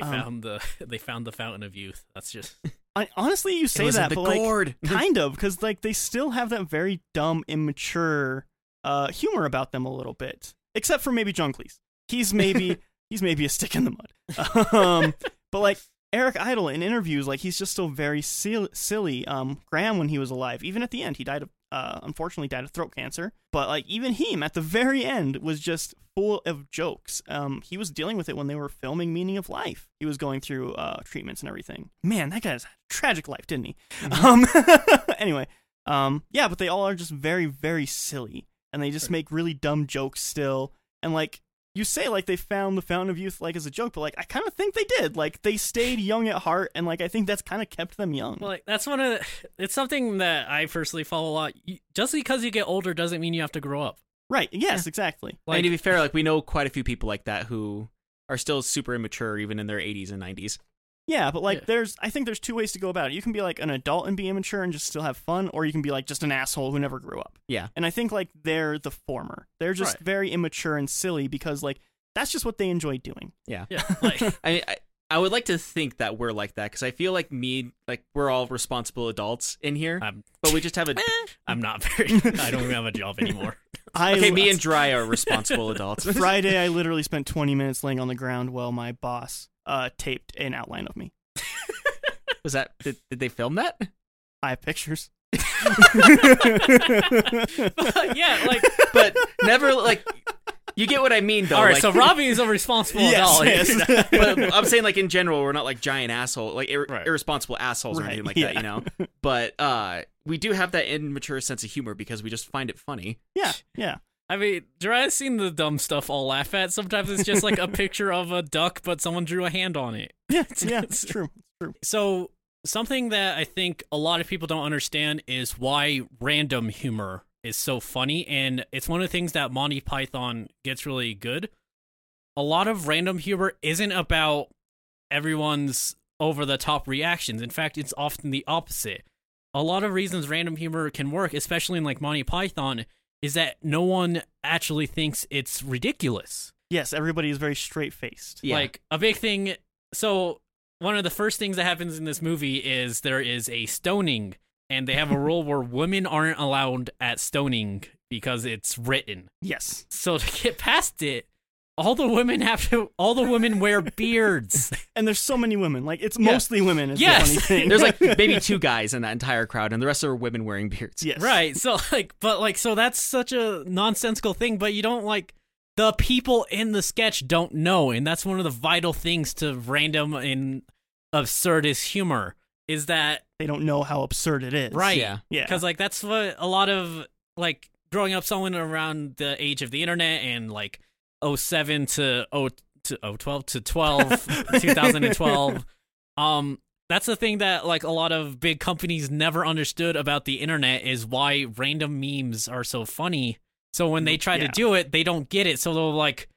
Speaker 1: um,
Speaker 3: found the they found the fountain of youth. That's just
Speaker 1: I, honestly, you
Speaker 2: it
Speaker 1: say
Speaker 2: was in
Speaker 1: that,
Speaker 2: the
Speaker 1: but like,
Speaker 2: gourd.
Speaker 1: kind of because like they still have that very dumb immature uh humor about them a little bit except for maybe john cleese he's maybe he's maybe a stick in the mud um but like eric idle in interviews like he's just still very sil- silly um graham when he was alive even at the end he died of uh unfortunately died of throat cancer but like even him at the very end was just full of jokes um he was dealing with it when they were filming meaning of life he was going through uh treatments and everything man that guy's had a tragic life didn't he um, anyway, um, yeah, but they all are just very, very silly, and they just make really dumb jokes still. And like you say, like they found the fountain of youth, like as a joke, but like I kind of think they did. Like they stayed young at heart, and like I think that's kind of kept them young.
Speaker 3: Well, like that's one of the, it's something that I personally follow a lot. You, just because you get older doesn't mean you have to grow up.
Speaker 1: right? Yes, exactly.
Speaker 2: and
Speaker 3: Like
Speaker 2: to be fair, like we know quite a few people like that who are still super immature, even in their 80s and 90s.
Speaker 1: Yeah, but like
Speaker 3: Yeah.
Speaker 1: there's, I think there's two ways to go about it. You can be like an adult and be immature and just still have fun, or you can be like just an asshole who never grew up.
Speaker 2: Yeah.
Speaker 1: And I think like they're the former. They're just
Speaker 3: Right.
Speaker 1: very immature and silly because like that's just what they enjoy doing.
Speaker 3: yeah, like
Speaker 2: I mean, I, I would like to think that we're like that because I feel like me, like we're all responsible adults in here,
Speaker 3: I'm
Speaker 2: but we just have a
Speaker 3: I'm not very. I don't have a job anymore.
Speaker 1: I
Speaker 2: okay. Me and Dry are responsible adults.
Speaker 1: Friday, I literally spent 20 minutes laying on the ground while my boss uh, taped an outline of me.
Speaker 2: Was that did, did they film that?
Speaker 1: I have pictures.
Speaker 3: yeah, like
Speaker 2: But never like you get what I mean though.
Speaker 3: all right.
Speaker 2: like-
Speaker 3: so Robbie is a responsible adult.
Speaker 2: but I'm saying like in general, we're not like giant asshole, like ir-
Speaker 3: Right.
Speaker 2: irresponsible assholes or
Speaker 1: Right,
Speaker 2: anything like that,
Speaker 1: yeah.
Speaker 2: you know. But uh, we do have that immature sense of humor because we just find it funny.
Speaker 1: yeah, yeah.
Speaker 3: I mean, Jiraiya's seen the dumb stuff I'll laugh at. Sometimes it's just like a picture of a duck, but someone drew a hand on it.
Speaker 1: Yeah, it's, yeah, it's true. It's true.
Speaker 3: So something that I think a lot of people don't understand is why random humor is so funny, and it's one of the things that Monty Python gets really good. A lot of random humor isn't about everyone's over the top reactions. In fact, it's often the opposite. A lot of reasons random humor can work, especially in like Monty Python, is that no one actually thinks it's ridiculous.
Speaker 1: Yes, everybody is very straight faced.
Speaker 2: Yeah.
Speaker 3: Like a big thing. So one of the first things that happens in this movie is there is a stoning, and they have a rule where women aren't allowed at stoning because it's written.
Speaker 1: Yes.
Speaker 3: So to get past it, all the women have to. All the women wear beards.
Speaker 1: And there's so many women. Like, it's mostly women. Is
Speaker 3: Yes.
Speaker 1: The funny thing.
Speaker 2: There's like maybe two guys in that entire crowd, and the rest are women wearing beards.
Speaker 1: yes.
Speaker 3: Right. So like, but like, so that's such a nonsensical thing. But you don't like the people in the sketch don't know, and that's one of the vital things to random and absurdist humor is that
Speaker 1: They don't know how absurd it is.
Speaker 3: right?
Speaker 2: Yeah.
Speaker 1: Yeah.
Speaker 3: Because like that's what a lot of like growing up someone around the age of the internet and like 07 to 0 to 012 to 12 2012 um that's the thing that like a lot of big companies never understood about the internet is why random memes are so funny so when they try
Speaker 1: Mm, Yeah.
Speaker 3: to do it they don't get it so they're like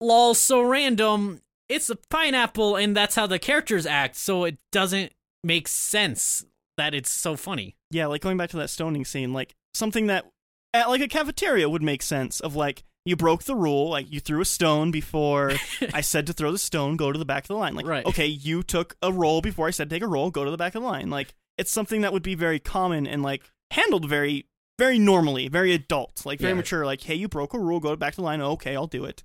Speaker 3: lol so random it's a pineapple and that's how the characters act so it doesn't make sense that it's so funny
Speaker 1: Yeah, like going back to that stoning scene, like something that at like a cafeteria would make sense of like you broke the rule, like you threw a stone before I said to throw the stone, go to the back of the line. Like
Speaker 3: Right.
Speaker 1: okay, you took a roll before I said take a roll, go to the back of the line. Like it's something that would be very common and like handled very very normally, very adult, like very
Speaker 2: Yeah.
Speaker 1: mature, like, hey, you broke a rule, go back to the line, okay, I'll do it.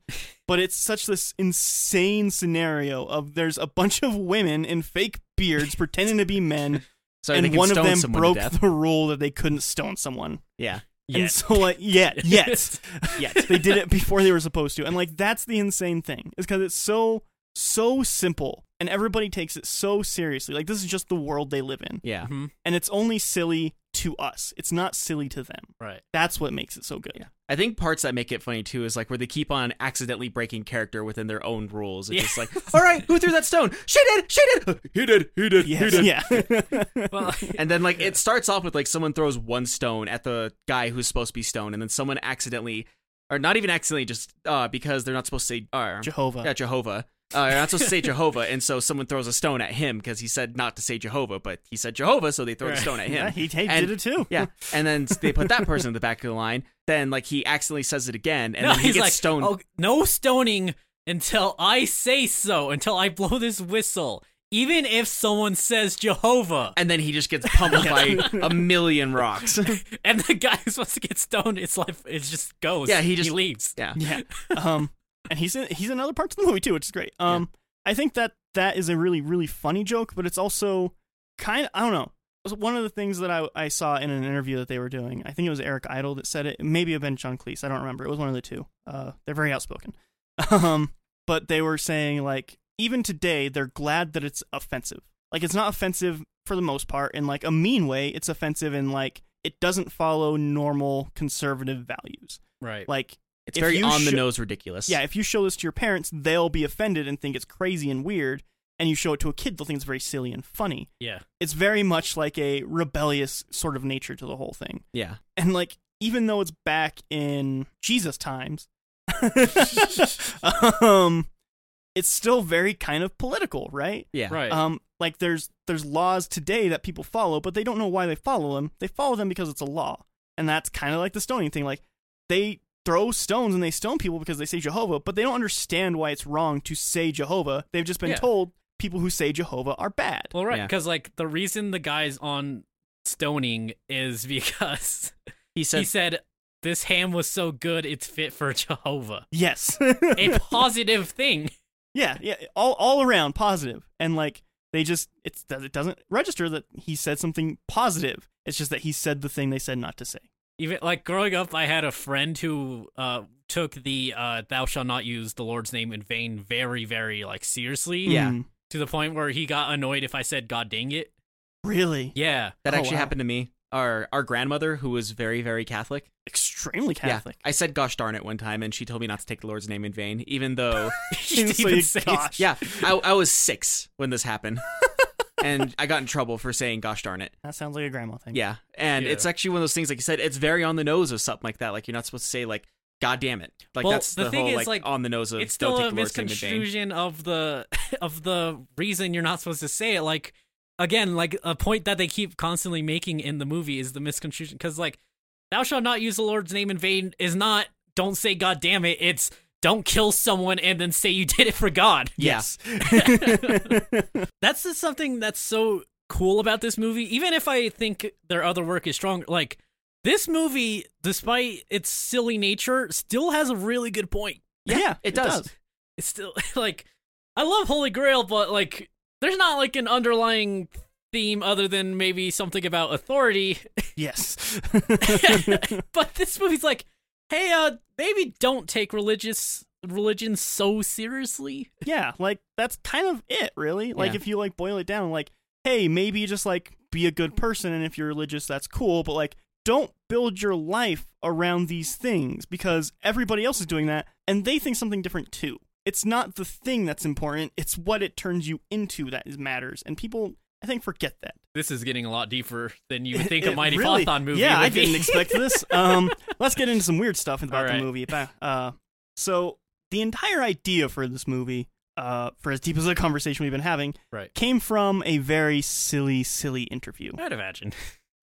Speaker 1: But it's such this insane scenario of there's a bunch of women in fake beards pretending to be men
Speaker 2: So they
Speaker 1: and
Speaker 2: can
Speaker 1: one of
Speaker 2: stone
Speaker 1: them
Speaker 2: someone
Speaker 1: broke
Speaker 2: to death.
Speaker 1: the rule that they couldn't stone someone.
Speaker 2: Yeah.
Speaker 1: And so like yet, yet,
Speaker 2: Yes.
Speaker 1: they did it before they were supposed to. And like that's the insane thing is because it's so so simple and everybody takes it so seriously. Like this is just the world they live in,
Speaker 2: Yeah.
Speaker 3: Mhm.
Speaker 1: and it's only silly to us. It's not silly to them.
Speaker 3: Right.
Speaker 1: That's what makes it so good.
Speaker 2: Yeah. I think parts that make it funny too is like where they keep on accidentally breaking character within their own rules. It's
Speaker 3: Yeah.
Speaker 2: just like, all right, who threw that stone? She did. She did. He did. He did. He
Speaker 1: Yes,
Speaker 2: did.
Speaker 1: yeah.
Speaker 3: Well,
Speaker 2: And then like it starts off with like someone throws one stone at the guy who's supposed to be stoned, and then someone accidentally or not even accidentally, just uh, because they're not supposed to say uh,
Speaker 1: Jehovah.
Speaker 2: yeah, Jehovah. Uh, you're not supposed to say Jehovah, and so someone throws a stone at him because he said not to say Jehovah, but he said Jehovah, so they throw
Speaker 3: Right.
Speaker 2: the stone at him.
Speaker 1: Yeah, he, he
Speaker 2: And-
Speaker 1: did it too.
Speaker 2: Yeah, and then they put that person at the back of the line. Then like he accidentally says it again, and
Speaker 3: no,
Speaker 2: then he
Speaker 3: he's
Speaker 2: gets
Speaker 3: like,
Speaker 2: stoned.
Speaker 3: "Oh, no stoning until I say so, until I blow this whistle. Even if someone says Jehovah,
Speaker 2: And then he just gets pummeled by a million rocks.
Speaker 3: and the guy who's supposed to get stoned, it's like it just goes.
Speaker 2: Yeah, he just-
Speaker 3: leaves.
Speaker 2: Yeah,
Speaker 1: Yeah. Um, and he's in he's in other parts of the movie too, which is great. Um, I think that that is a really really funny joke, but it's also kind of I don't know. It was one of the things that I I saw in an interview that they were doing. I think it was Eric Idle that said it. Maybe it been John Cleese. I don't remember. It was one of the two. Uh, they're very outspoken. Um, but they were saying like even today they're glad that it's offensive. Like it's not offensive for the most part in like a mean way. It's offensive in like it doesn't follow normal conservative values.
Speaker 3: Right.
Speaker 1: Like
Speaker 2: it's
Speaker 1: If
Speaker 2: very
Speaker 1: you
Speaker 2: on the
Speaker 1: sho-
Speaker 2: nose, ridiculous.
Speaker 1: yeah, if you show this to your parents, they'll be offended and think it's crazy and weird. And you show it to a kid, they'll think it's very silly and funny.
Speaker 3: yeah.
Speaker 1: It's very much like a rebellious sort of nature to the whole thing.
Speaker 2: yeah.
Speaker 1: And like, even though it's back in Jesus times, um, it's still very kind of political, right?
Speaker 2: Yeah.
Speaker 3: Right.
Speaker 1: Um, like there's there's laws today that people follow, but they don't know why they follow them. They follow them because it's a law, and that's kind of like the stoning thing. Like they throw stones and they stone people because they say Jehovah, but they don't understand why it's wrong to say Jehovah. They've just been
Speaker 3: Yeah.
Speaker 1: told people who say Jehovah are bad.
Speaker 3: Well, right,
Speaker 2: Yeah.
Speaker 3: because like the reason the guy's on stoning is because
Speaker 2: He
Speaker 3: he
Speaker 2: said,
Speaker 3: said this ham was so good it's fit for Jehovah.
Speaker 1: yes.
Speaker 3: A positive thing.
Speaker 1: yeah, yeah, all all around positive, and like they just it's it doesn't register that he said something positive. It's just that he said the thing they said not to say.
Speaker 3: Even like growing up, I had a friend who uh, took the uh, "Thou shalt not use the Lord's name in vain" very, very like seriously.
Speaker 2: Yeah.
Speaker 1: Mm,
Speaker 3: To the point where he got annoyed if I said "God dang it."
Speaker 1: really,
Speaker 3: Yeah.
Speaker 2: that
Speaker 1: Oh,
Speaker 2: actually
Speaker 1: wow.
Speaker 2: happened to me. Our our grandmother, who was very very Catholic.
Speaker 1: extremely Catholic.
Speaker 2: Yeah, I said "gosh darn it" one time, and she told me not to take the Lord's name in vain, even though
Speaker 3: He didn't
Speaker 1: So
Speaker 3: even
Speaker 1: you-
Speaker 3: say it.
Speaker 1: gosh.
Speaker 2: yeah, I, I was six when this happened, and I got in trouble for saying "gosh darn it."
Speaker 1: That sounds like a grandma thing.
Speaker 2: Yeah, and
Speaker 3: Yeah.
Speaker 2: it's actually one of those things, like you said, it's very on the nose of something like that. Like you're not supposed to say like "god damn it." Like
Speaker 3: Well,
Speaker 2: that's
Speaker 3: the
Speaker 2: the,
Speaker 3: thing
Speaker 2: whole
Speaker 3: is,
Speaker 2: like,
Speaker 3: like,
Speaker 2: on the nose of
Speaker 3: it's
Speaker 2: don't
Speaker 3: still
Speaker 2: take the
Speaker 3: a
Speaker 2: Lord's name in vain.
Speaker 3: misconstruction of the of the reason you're not supposed to say it like again like a point that they keep constantly making in the movie is the misconstruction because like thou shalt not use the lord's name in vain is not don't say god damn it it's don't kill someone and then say you did it for god
Speaker 2: Yeah.
Speaker 3: that's just something that's so cool about this movie even if i think their other work is strong like this movie despite its silly nature still has a really good point
Speaker 1: Yeah,
Speaker 2: it does.
Speaker 3: it's still like I love Holy Grail, but like there's not like an underlying theme other than maybe something about authority.
Speaker 1: Yes.
Speaker 3: but this movie's like, hey, uh, maybe don't take religious religion so seriously.
Speaker 1: yeah, like that's kind of it, really. Like
Speaker 2: Yeah.
Speaker 1: if you like boil it down, like, hey, maybe just like be a good person and if you're religious that's cool, but like don't build your life around these things because everybody else is doing that and they think something different too. It's not the thing that's important, it's what it turns you into that is- matters. And people I think forget that.
Speaker 3: This is getting a lot deeper than you would
Speaker 1: It really- Yeah, I didn't expect this. Um, let's get into some weird stuff about
Speaker 3: All right.
Speaker 1: the movie. Bah. Uh, so the entire idea for this movie, uh, for as deep as the conversation we've been having,
Speaker 3: Right.
Speaker 1: came from a very silly, silly interview.
Speaker 3: I'd imagine.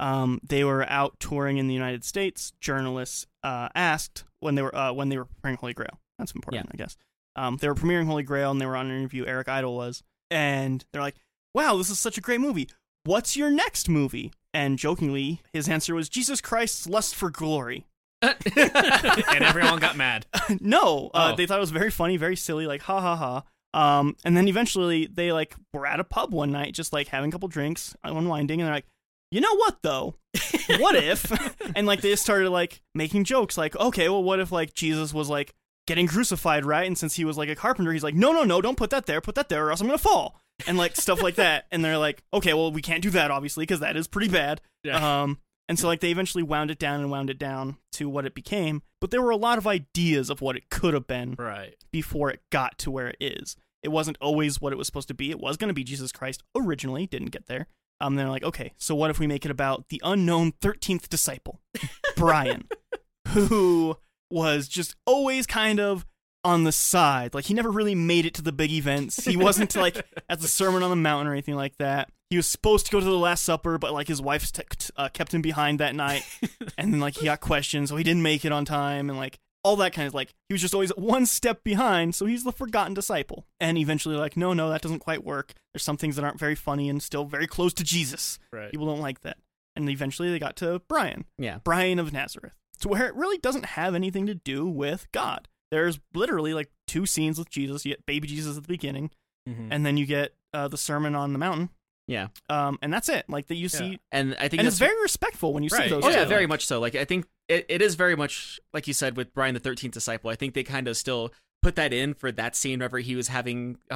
Speaker 1: Um, they were out touring in the United States. Journalists uh, asked when they were uh, when they were preparing Holy Grail. That's important, I guess. Um, they were premiering Holy Grail, and they were on an interview. Eric Idle was, and they're like, "Wow, this is such a great movie. What's your next movie?" And jokingly, his answer was Jesus Christ's Lust for Glory.
Speaker 3: and everyone got mad.
Speaker 1: no, uh,
Speaker 3: Oh.
Speaker 1: they thought it was very funny, very silly, like ha ha ha. Um, and then eventually they like were at a pub one night, just like having a couple drinks, unwinding, and they're like, you know what though? what if? and like they just started like making jokes, like, okay, well, what if like Jesus was like getting crucified, right? And since he was like a carpenter, he's like, no, no, no, don't put that there, put that there, or else I'm gonna fall, and like stuff like that. And they're like, okay, well, we can't do that obviously because that is pretty bad.
Speaker 3: Yeah.
Speaker 1: Um, and so like they eventually wound it down and wound it down to what it became. But there were a lot of ideas of what it could have been
Speaker 3: Right.
Speaker 1: before it got to where it is. It wasn't always what it was supposed to be. It was going to be Jesus Christ originally, didn't get there. Um, they're like, okay, so what if we make it about the unknown 13th disciple, Brian, who was just always kind of on the side. Like he never really made it to the big events. He wasn't like at the Sermon on the Mountain or anything like that. He was supposed to go to the Last Supper, but like his wife st- uh, kept him behind that night, and then like he got questioned, so he didn't make it on time, and like all that kind of like he was just always one step behind. So he's the forgotten disciple, and eventually like no, no, that doesn't quite work. There's some things that aren't very funny and still very close to Jesus.
Speaker 3: Right.
Speaker 1: People don't like that, and eventually they got to Brian.
Speaker 2: Yeah.
Speaker 1: Brian of Nazareth, to where it really doesn't have anything to do with God. There's literally like two scenes with Jesus. You get baby Jesus at the beginning,
Speaker 2: Mm-hmm.
Speaker 3: Mhm.
Speaker 1: and then you get uh, the Sermon on the Mountain.
Speaker 2: Yeah.
Speaker 1: Um, and that's it. Like that you see,
Speaker 3: Yeah.
Speaker 2: and I think
Speaker 1: and
Speaker 2: that's
Speaker 1: it's very respectful when you see
Speaker 3: Right,
Speaker 1: those.
Speaker 2: Oh
Speaker 1: two.
Speaker 2: yeah,
Speaker 3: Yeah.
Speaker 2: very much so. Like I think it, it is very much like you said with Brian the Thirteenth Disciple. I think they kind of still put that in for that scene whenever he was having uh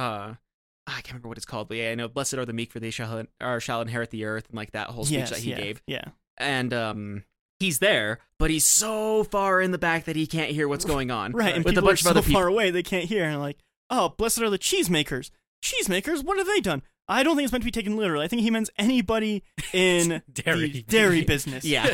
Speaker 2: I can't remember what it's called, but yeah, I know blessed are the meek for they shall or shall inherit the earth and like that whole speech
Speaker 1: Yes,
Speaker 2: that he
Speaker 1: yeah,
Speaker 2: gave.
Speaker 1: Yeah.
Speaker 2: And um he's there, but he's so far in the back that he can't hear what's going on.
Speaker 1: Right. And
Speaker 2: With
Speaker 1: people
Speaker 2: a bunch
Speaker 1: are
Speaker 2: of other
Speaker 1: so far away they can't hear. And like, oh, blessed are the cheesemakers. Cheesemakers, what have they done? I don't think it's meant to be taken literally. I think he means anybody in
Speaker 3: Dairy.
Speaker 1: the dairy business.
Speaker 2: Yeah.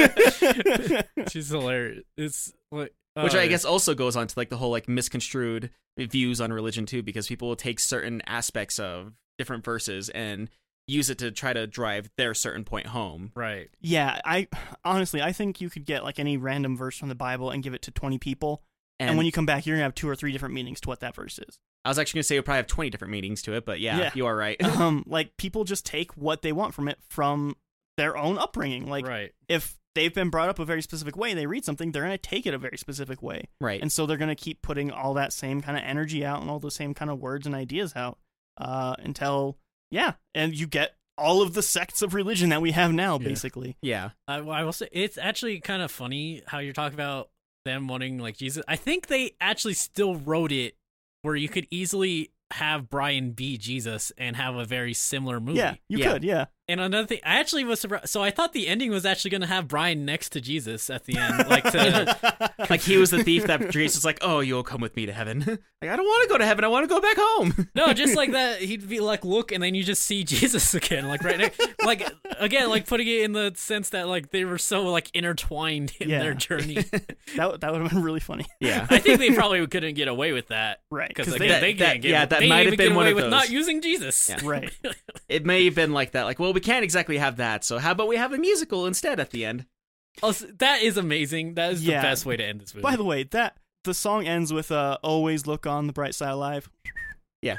Speaker 3: She's hilarious. It's like
Speaker 2: Which
Speaker 3: uh,
Speaker 1: Oh,
Speaker 2: I guess also goes on to like the whole like misconstrued views on religion too, because people will take certain aspects of different verses and use it to try to drive their certain point home.
Speaker 3: right.
Speaker 1: Yeah, I honestly, I think you could get like any random verse from the Bible and give it to 20 people, and,
Speaker 2: And,
Speaker 1: when you come back, you're gonna have two or three different meanings to what that verse is.
Speaker 2: I was actually gonna say you probably have twenty different meanings to it, but yeah,
Speaker 1: Yeah.
Speaker 2: you are right.
Speaker 1: um, like people just take what they want from it from their own upbringing. Like
Speaker 3: right.
Speaker 1: if they've been brought up a very specific way, and they read something, they're gonna take it a very specific way,
Speaker 2: right.
Speaker 1: and so they're gonna keep putting all that same kind of energy out and all the same kind of words and ideas out uh, until yeah, and you get all of the sects of religion that we have now,
Speaker 3: Yeah.
Speaker 1: basically.
Speaker 2: yeah.
Speaker 3: I, well, I will say it's actually kind of funny how you're talking about them wanting like Jesus. I think they actually still wrote it where you could easily have Brian be Jesus and have a very similar movie.
Speaker 1: Yeah, you
Speaker 2: Yeah.
Speaker 1: could. Yeah,
Speaker 3: And another thing, I actually was surprised. So I thought the ending was actually going to have Brian next to Jesus at the end, like to
Speaker 2: Like he was the thief that Jesus was like, Oh, you'll come with me to heaven. like I don't wanna go to heaven, I wanna go back home.
Speaker 3: no, just like that. He'd be like, look, and then you just see Jesus again, like right next, like again, like putting it in the sense that like they were so like intertwined in
Speaker 1: Yeah.
Speaker 3: their journey.
Speaker 1: that that would have been really funny.
Speaker 2: yeah.
Speaker 3: I think they probably couldn't get away with that.
Speaker 1: Right,
Speaker 3: because
Speaker 1: 'cause
Speaker 3: like,
Speaker 1: they-
Speaker 3: they,
Speaker 2: that-
Speaker 3: they
Speaker 2: that-
Speaker 3: can't get
Speaker 2: yeah, that
Speaker 3: they
Speaker 2: might have
Speaker 3: even
Speaker 2: been
Speaker 3: get
Speaker 2: one
Speaker 3: away
Speaker 2: of
Speaker 3: with not
Speaker 2: those.
Speaker 3: using Jesus.
Speaker 2: Yeah.
Speaker 1: Right.
Speaker 2: It may have been like that, like, well, we can't exactly have that, so how about we have a musical instead at the end?
Speaker 3: Also, that is amazing. That is
Speaker 1: Yeah.
Speaker 3: the best way to end this movie.
Speaker 1: By the way, that the song ends with uh, "Always look on the bright side of life."
Speaker 2: Yeah.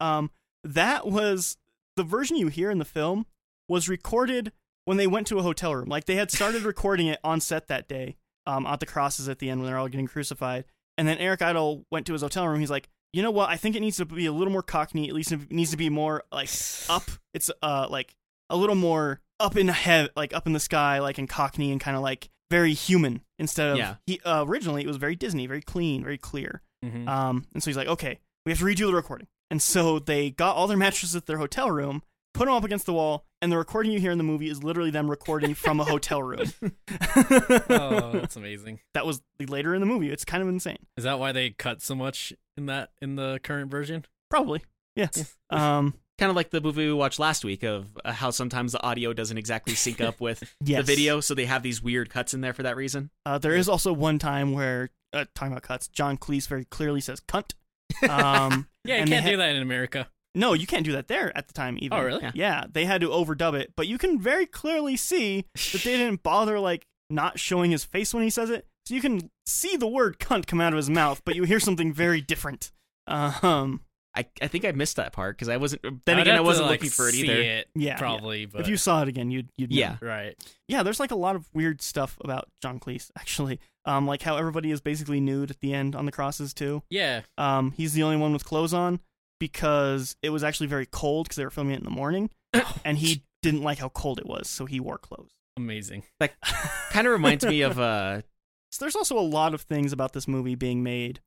Speaker 1: Um, that was the version you hear in the film was recorded when they went to a hotel room. Like they had started recording it on set that day. Um, at the crosses at the end when they're all getting crucified, and then Eric Idle went to his hotel room. He's like, you know what? I think it needs to be a little more cockney. At least it needs to be more like up. It's uh like a little more up in heaven, like up in the sky, like in Cockney, and kind of like very human instead of
Speaker 2: Yeah.
Speaker 1: he uh, originally it was very Disney, very clean, very clear.
Speaker 2: Mm.
Speaker 3: Mhm.
Speaker 1: Um, and so he's like, okay, we have to redo the recording. And so they got all their mattresses at their hotel room, put them up against the wall, and the recording you hear in the movie is literally them recording from a hotel room.
Speaker 3: oh, that's amazing.
Speaker 1: That was later in the movie. It's kind of insane.
Speaker 3: Is that why they cut so much in that in the current version?
Speaker 1: Probably. Yeah. Um,
Speaker 2: kind of like the movie we watched last week of uh, how sometimes the audio doesn't exactly sync up with
Speaker 1: yes.
Speaker 2: the video, so they have these weird cuts in there for that reason.
Speaker 1: Uh, there is also one time where, uh, talking about cuts, John Cleese very clearly says cunt. Um,
Speaker 3: Yeah, you
Speaker 1: and they
Speaker 3: can't
Speaker 1: ha-
Speaker 3: do that in America.
Speaker 1: No, you can't do that there at the time even.
Speaker 3: Oh, really?
Speaker 2: Yeah.
Speaker 1: Yeah, they had to overdub it, but you can very clearly see that they didn't bother like not showing his face when he says it. So you can see the word cunt come out of his mouth, but you hear something very different. Um,
Speaker 2: I, I think I missed that part because I wasn't. Then
Speaker 3: I'd
Speaker 2: again,
Speaker 3: have
Speaker 2: I
Speaker 3: to,
Speaker 2: wasn't
Speaker 3: like,
Speaker 2: looking for it
Speaker 3: see
Speaker 2: either.
Speaker 3: it,
Speaker 1: Yeah, yeah.
Speaker 3: probably. But
Speaker 1: if you saw it again, you'd you'd know.
Speaker 2: Yeah.
Speaker 3: right,
Speaker 1: yeah. There's like a lot of weird stuff about John Cleese actually. Um, like how everybody is basically nude at the end on the crosses too.
Speaker 3: yeah,
Speaker 1: Um, he's the only one with clothes on because it was actually very cold because they were filming it in the morning, and he didn't like how cold it was, so he wore clothes.
Speaker 3: amazing.
Speaker 2: Kind of reminds me of uh,
Speaker 1: So there's also a lot of things about this movie being made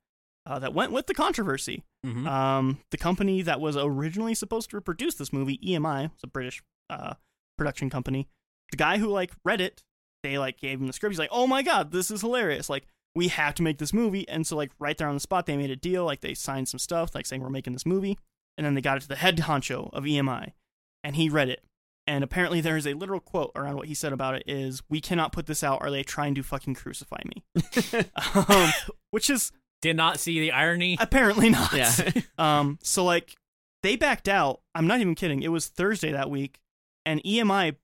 Speaker 1: uh, that went with the controversy.
Speaker 3: Mhm.
Speaker 1: Um, the company that was originally supposed to produce this movie, EMI, it's a British uh, production company. The guy who like read it, they like gave him the script. He's like, "Oh my god, this is hilarious! Like, we have to make this movie." And so like right there on the spot, they made a deal. Like they signed some stuff, like saying we're making this movie, E and then they got it to the head honcho of EMI, and he read it, and apparently there is a literal quote around what he said about it is we cannot put this out or they trying to fucking crucify me um, which is
Speaker 3: Did not see the irony.
Speaker 1: apparently not
Speaker 2: yeah.
Speaker 1: um, so like they backed out. I'm not even kidding. It was Thursday that week, and EMI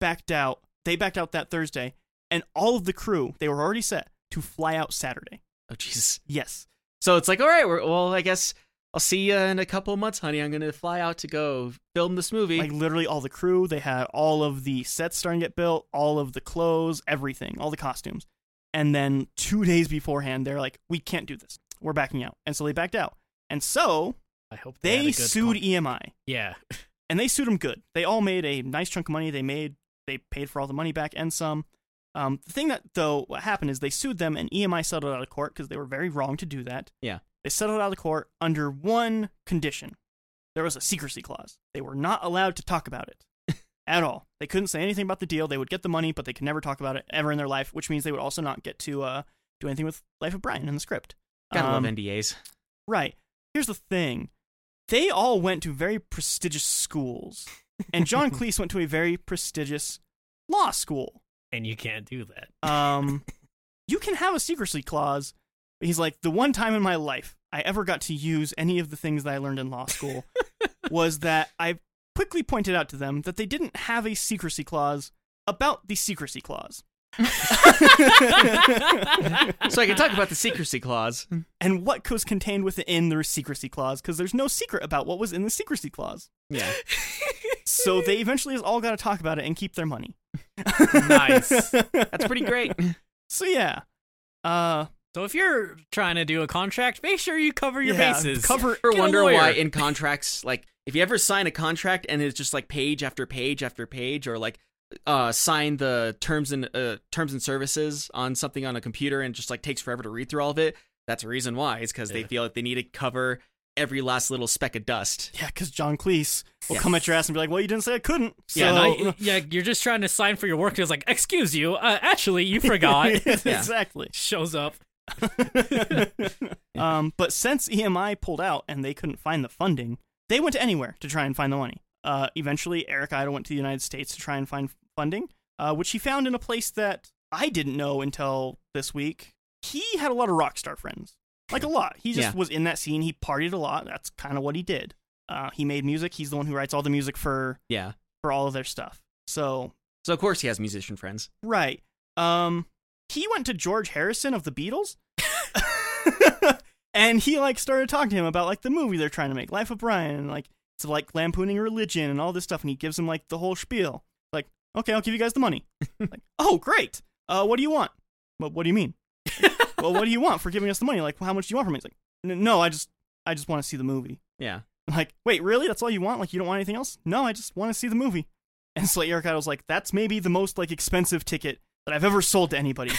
Speaker 1: backed out. They backed out that Thursday, and all of the crew they were already set to fly out Saturday.
Speaker 2: oh Jesus.
Speaker 1: Yes,
Speaker 2: So it's like, all right, we're, well, I guess I'll see you in a couple of months, honey. I'm gonna fly out to go film this movie.
Speaker 1: like literally all the crew. They had all of the sets starting to get built, all of the clothes, everything, all the costumes, and then two days beforehand, they're like, "We can't do this. We're backing out," and so they backed out. And so
Speaker 3: I hope they, had
Speaker 1: they
Speaker 3: a good
Speaker 1: sued E-
Speaker 3: con-
Speaker 1: EMI.
Speaker 3: yeah,
Speaker 1: and they sued him good. They all made a nice chunk of money. They made they paid for all the money back and some. Um, the thing that though what happened is they sued them and EMI settled out of court because they were very wrong to do that.
Speaker 2: Yeah.
Speaker 1: they settled out of court under one condition. There was a secrecy clause. They were not allowed to talk about it at all. They couldn't say anything about the deal. They would get the money, but they could never talk about it ever in their life. Which means they would also not get to uh, do anything with Life of Brian in the script.
Speaker 2: Gotta
Speaker 1: Um,
Speaker 2: love NDAs.
Speaker 1: Right. Here's the thing. They all went to very prestigious schools. And John Cleese went to a very prestigious law school.
Speaker 3: and you can't do that.
Speaker 1: Um you can have a secrecy clause. but He's like, the one time in my life I ever got to use any of the things that I learned in law school was that I quickly pointed out to them that they didn't have a secrecy clause about the secrecy clause.
Speaker 2: So I can talk about the secrecy clause.
Speaker 1: and what was contained within the secrecy clause because there's no secret about what was in the secrecy clause.
Speaker 2: Yeah.
Speaker 1: So they eventually all got to talk about it and keep their money.
Speaker 3: nice.
Speaker 2: That's pretty great.
Speaker 1: So yeah, uh,
Speaker 3: So if you're trying to do a contract, make sure you cover your
Speaker 1: yeah,
Speaker 3: bases.
Speaker 1: cover.
Speaker 2: ever
Speaker 3: Get a
Speaker 2: wonder
Speaker 3: lawyer.
Speaker 2: why in contracts, like if you ever sign a contract and it's just like page after page after page, or like uh, sign the terms and uh, terms and services on something on a computer and it just like takes forever to read through all of it. That's the reason why is because they
Speaker 3: Yeah.
Speaker 2: feel like they need to cover every last little speck of dust.
Speaker 1: Yeah, because John Cleese will
Speaker 2: Yeah.
Speaker 1: come at your ass and be like, "Well, you didn't say I couldn't." So,
Speaker 3: yeah, and I- yeah, you're just trying to sign for your work. And it's like, excuse you, uh, actually, you forgot.
Speaker 2: Yeah.
Speaker 1: exactly.
Speaker 3: Shows up.
Speaker 1: um, but since EMI pulled out and they couldn't find the funding, they went to anywhere to try and find the money. Uh, eventually, Eric Idle went to the United States to try and find funding, uh, which he found in a place that I didn't know until this week. He had a lot of rock star friends, like a lot. He just
Speaker 2: Yeah.
Speaker 1: was in that scene. He partied a lot. That's kind of what he did. Uh, he made music. He's the one who writes all the music for
Speaker 2: Yeah.
Speaker 1: for all of their stuff. So
Speaker 2: So of course he has musician friends.
Speaker 1: Right. Um he went to George Harrison of the Beatles. and he like started talking to him about like the movie they're trying to make, Life of Brian, and like it's like lampooning religion and all this stuff, and he gives him like the whole spiel. Like, okay, I'll give you guys the money. like, oh great. Uh what do you want? But what do you mean? well, what do you want for giving us the money? Like, how much do you want from me? He's like, "N- no, I just I just want to see the movie.
Speaker 2: Yeah.
Speaker 1: Like, wait, really? That's all you want? Like, you don't want anything else? No, I just want to see the movie. And so like, Eric Idle's like, that's maybe the most like expensive ticket that I've ever sold to anybody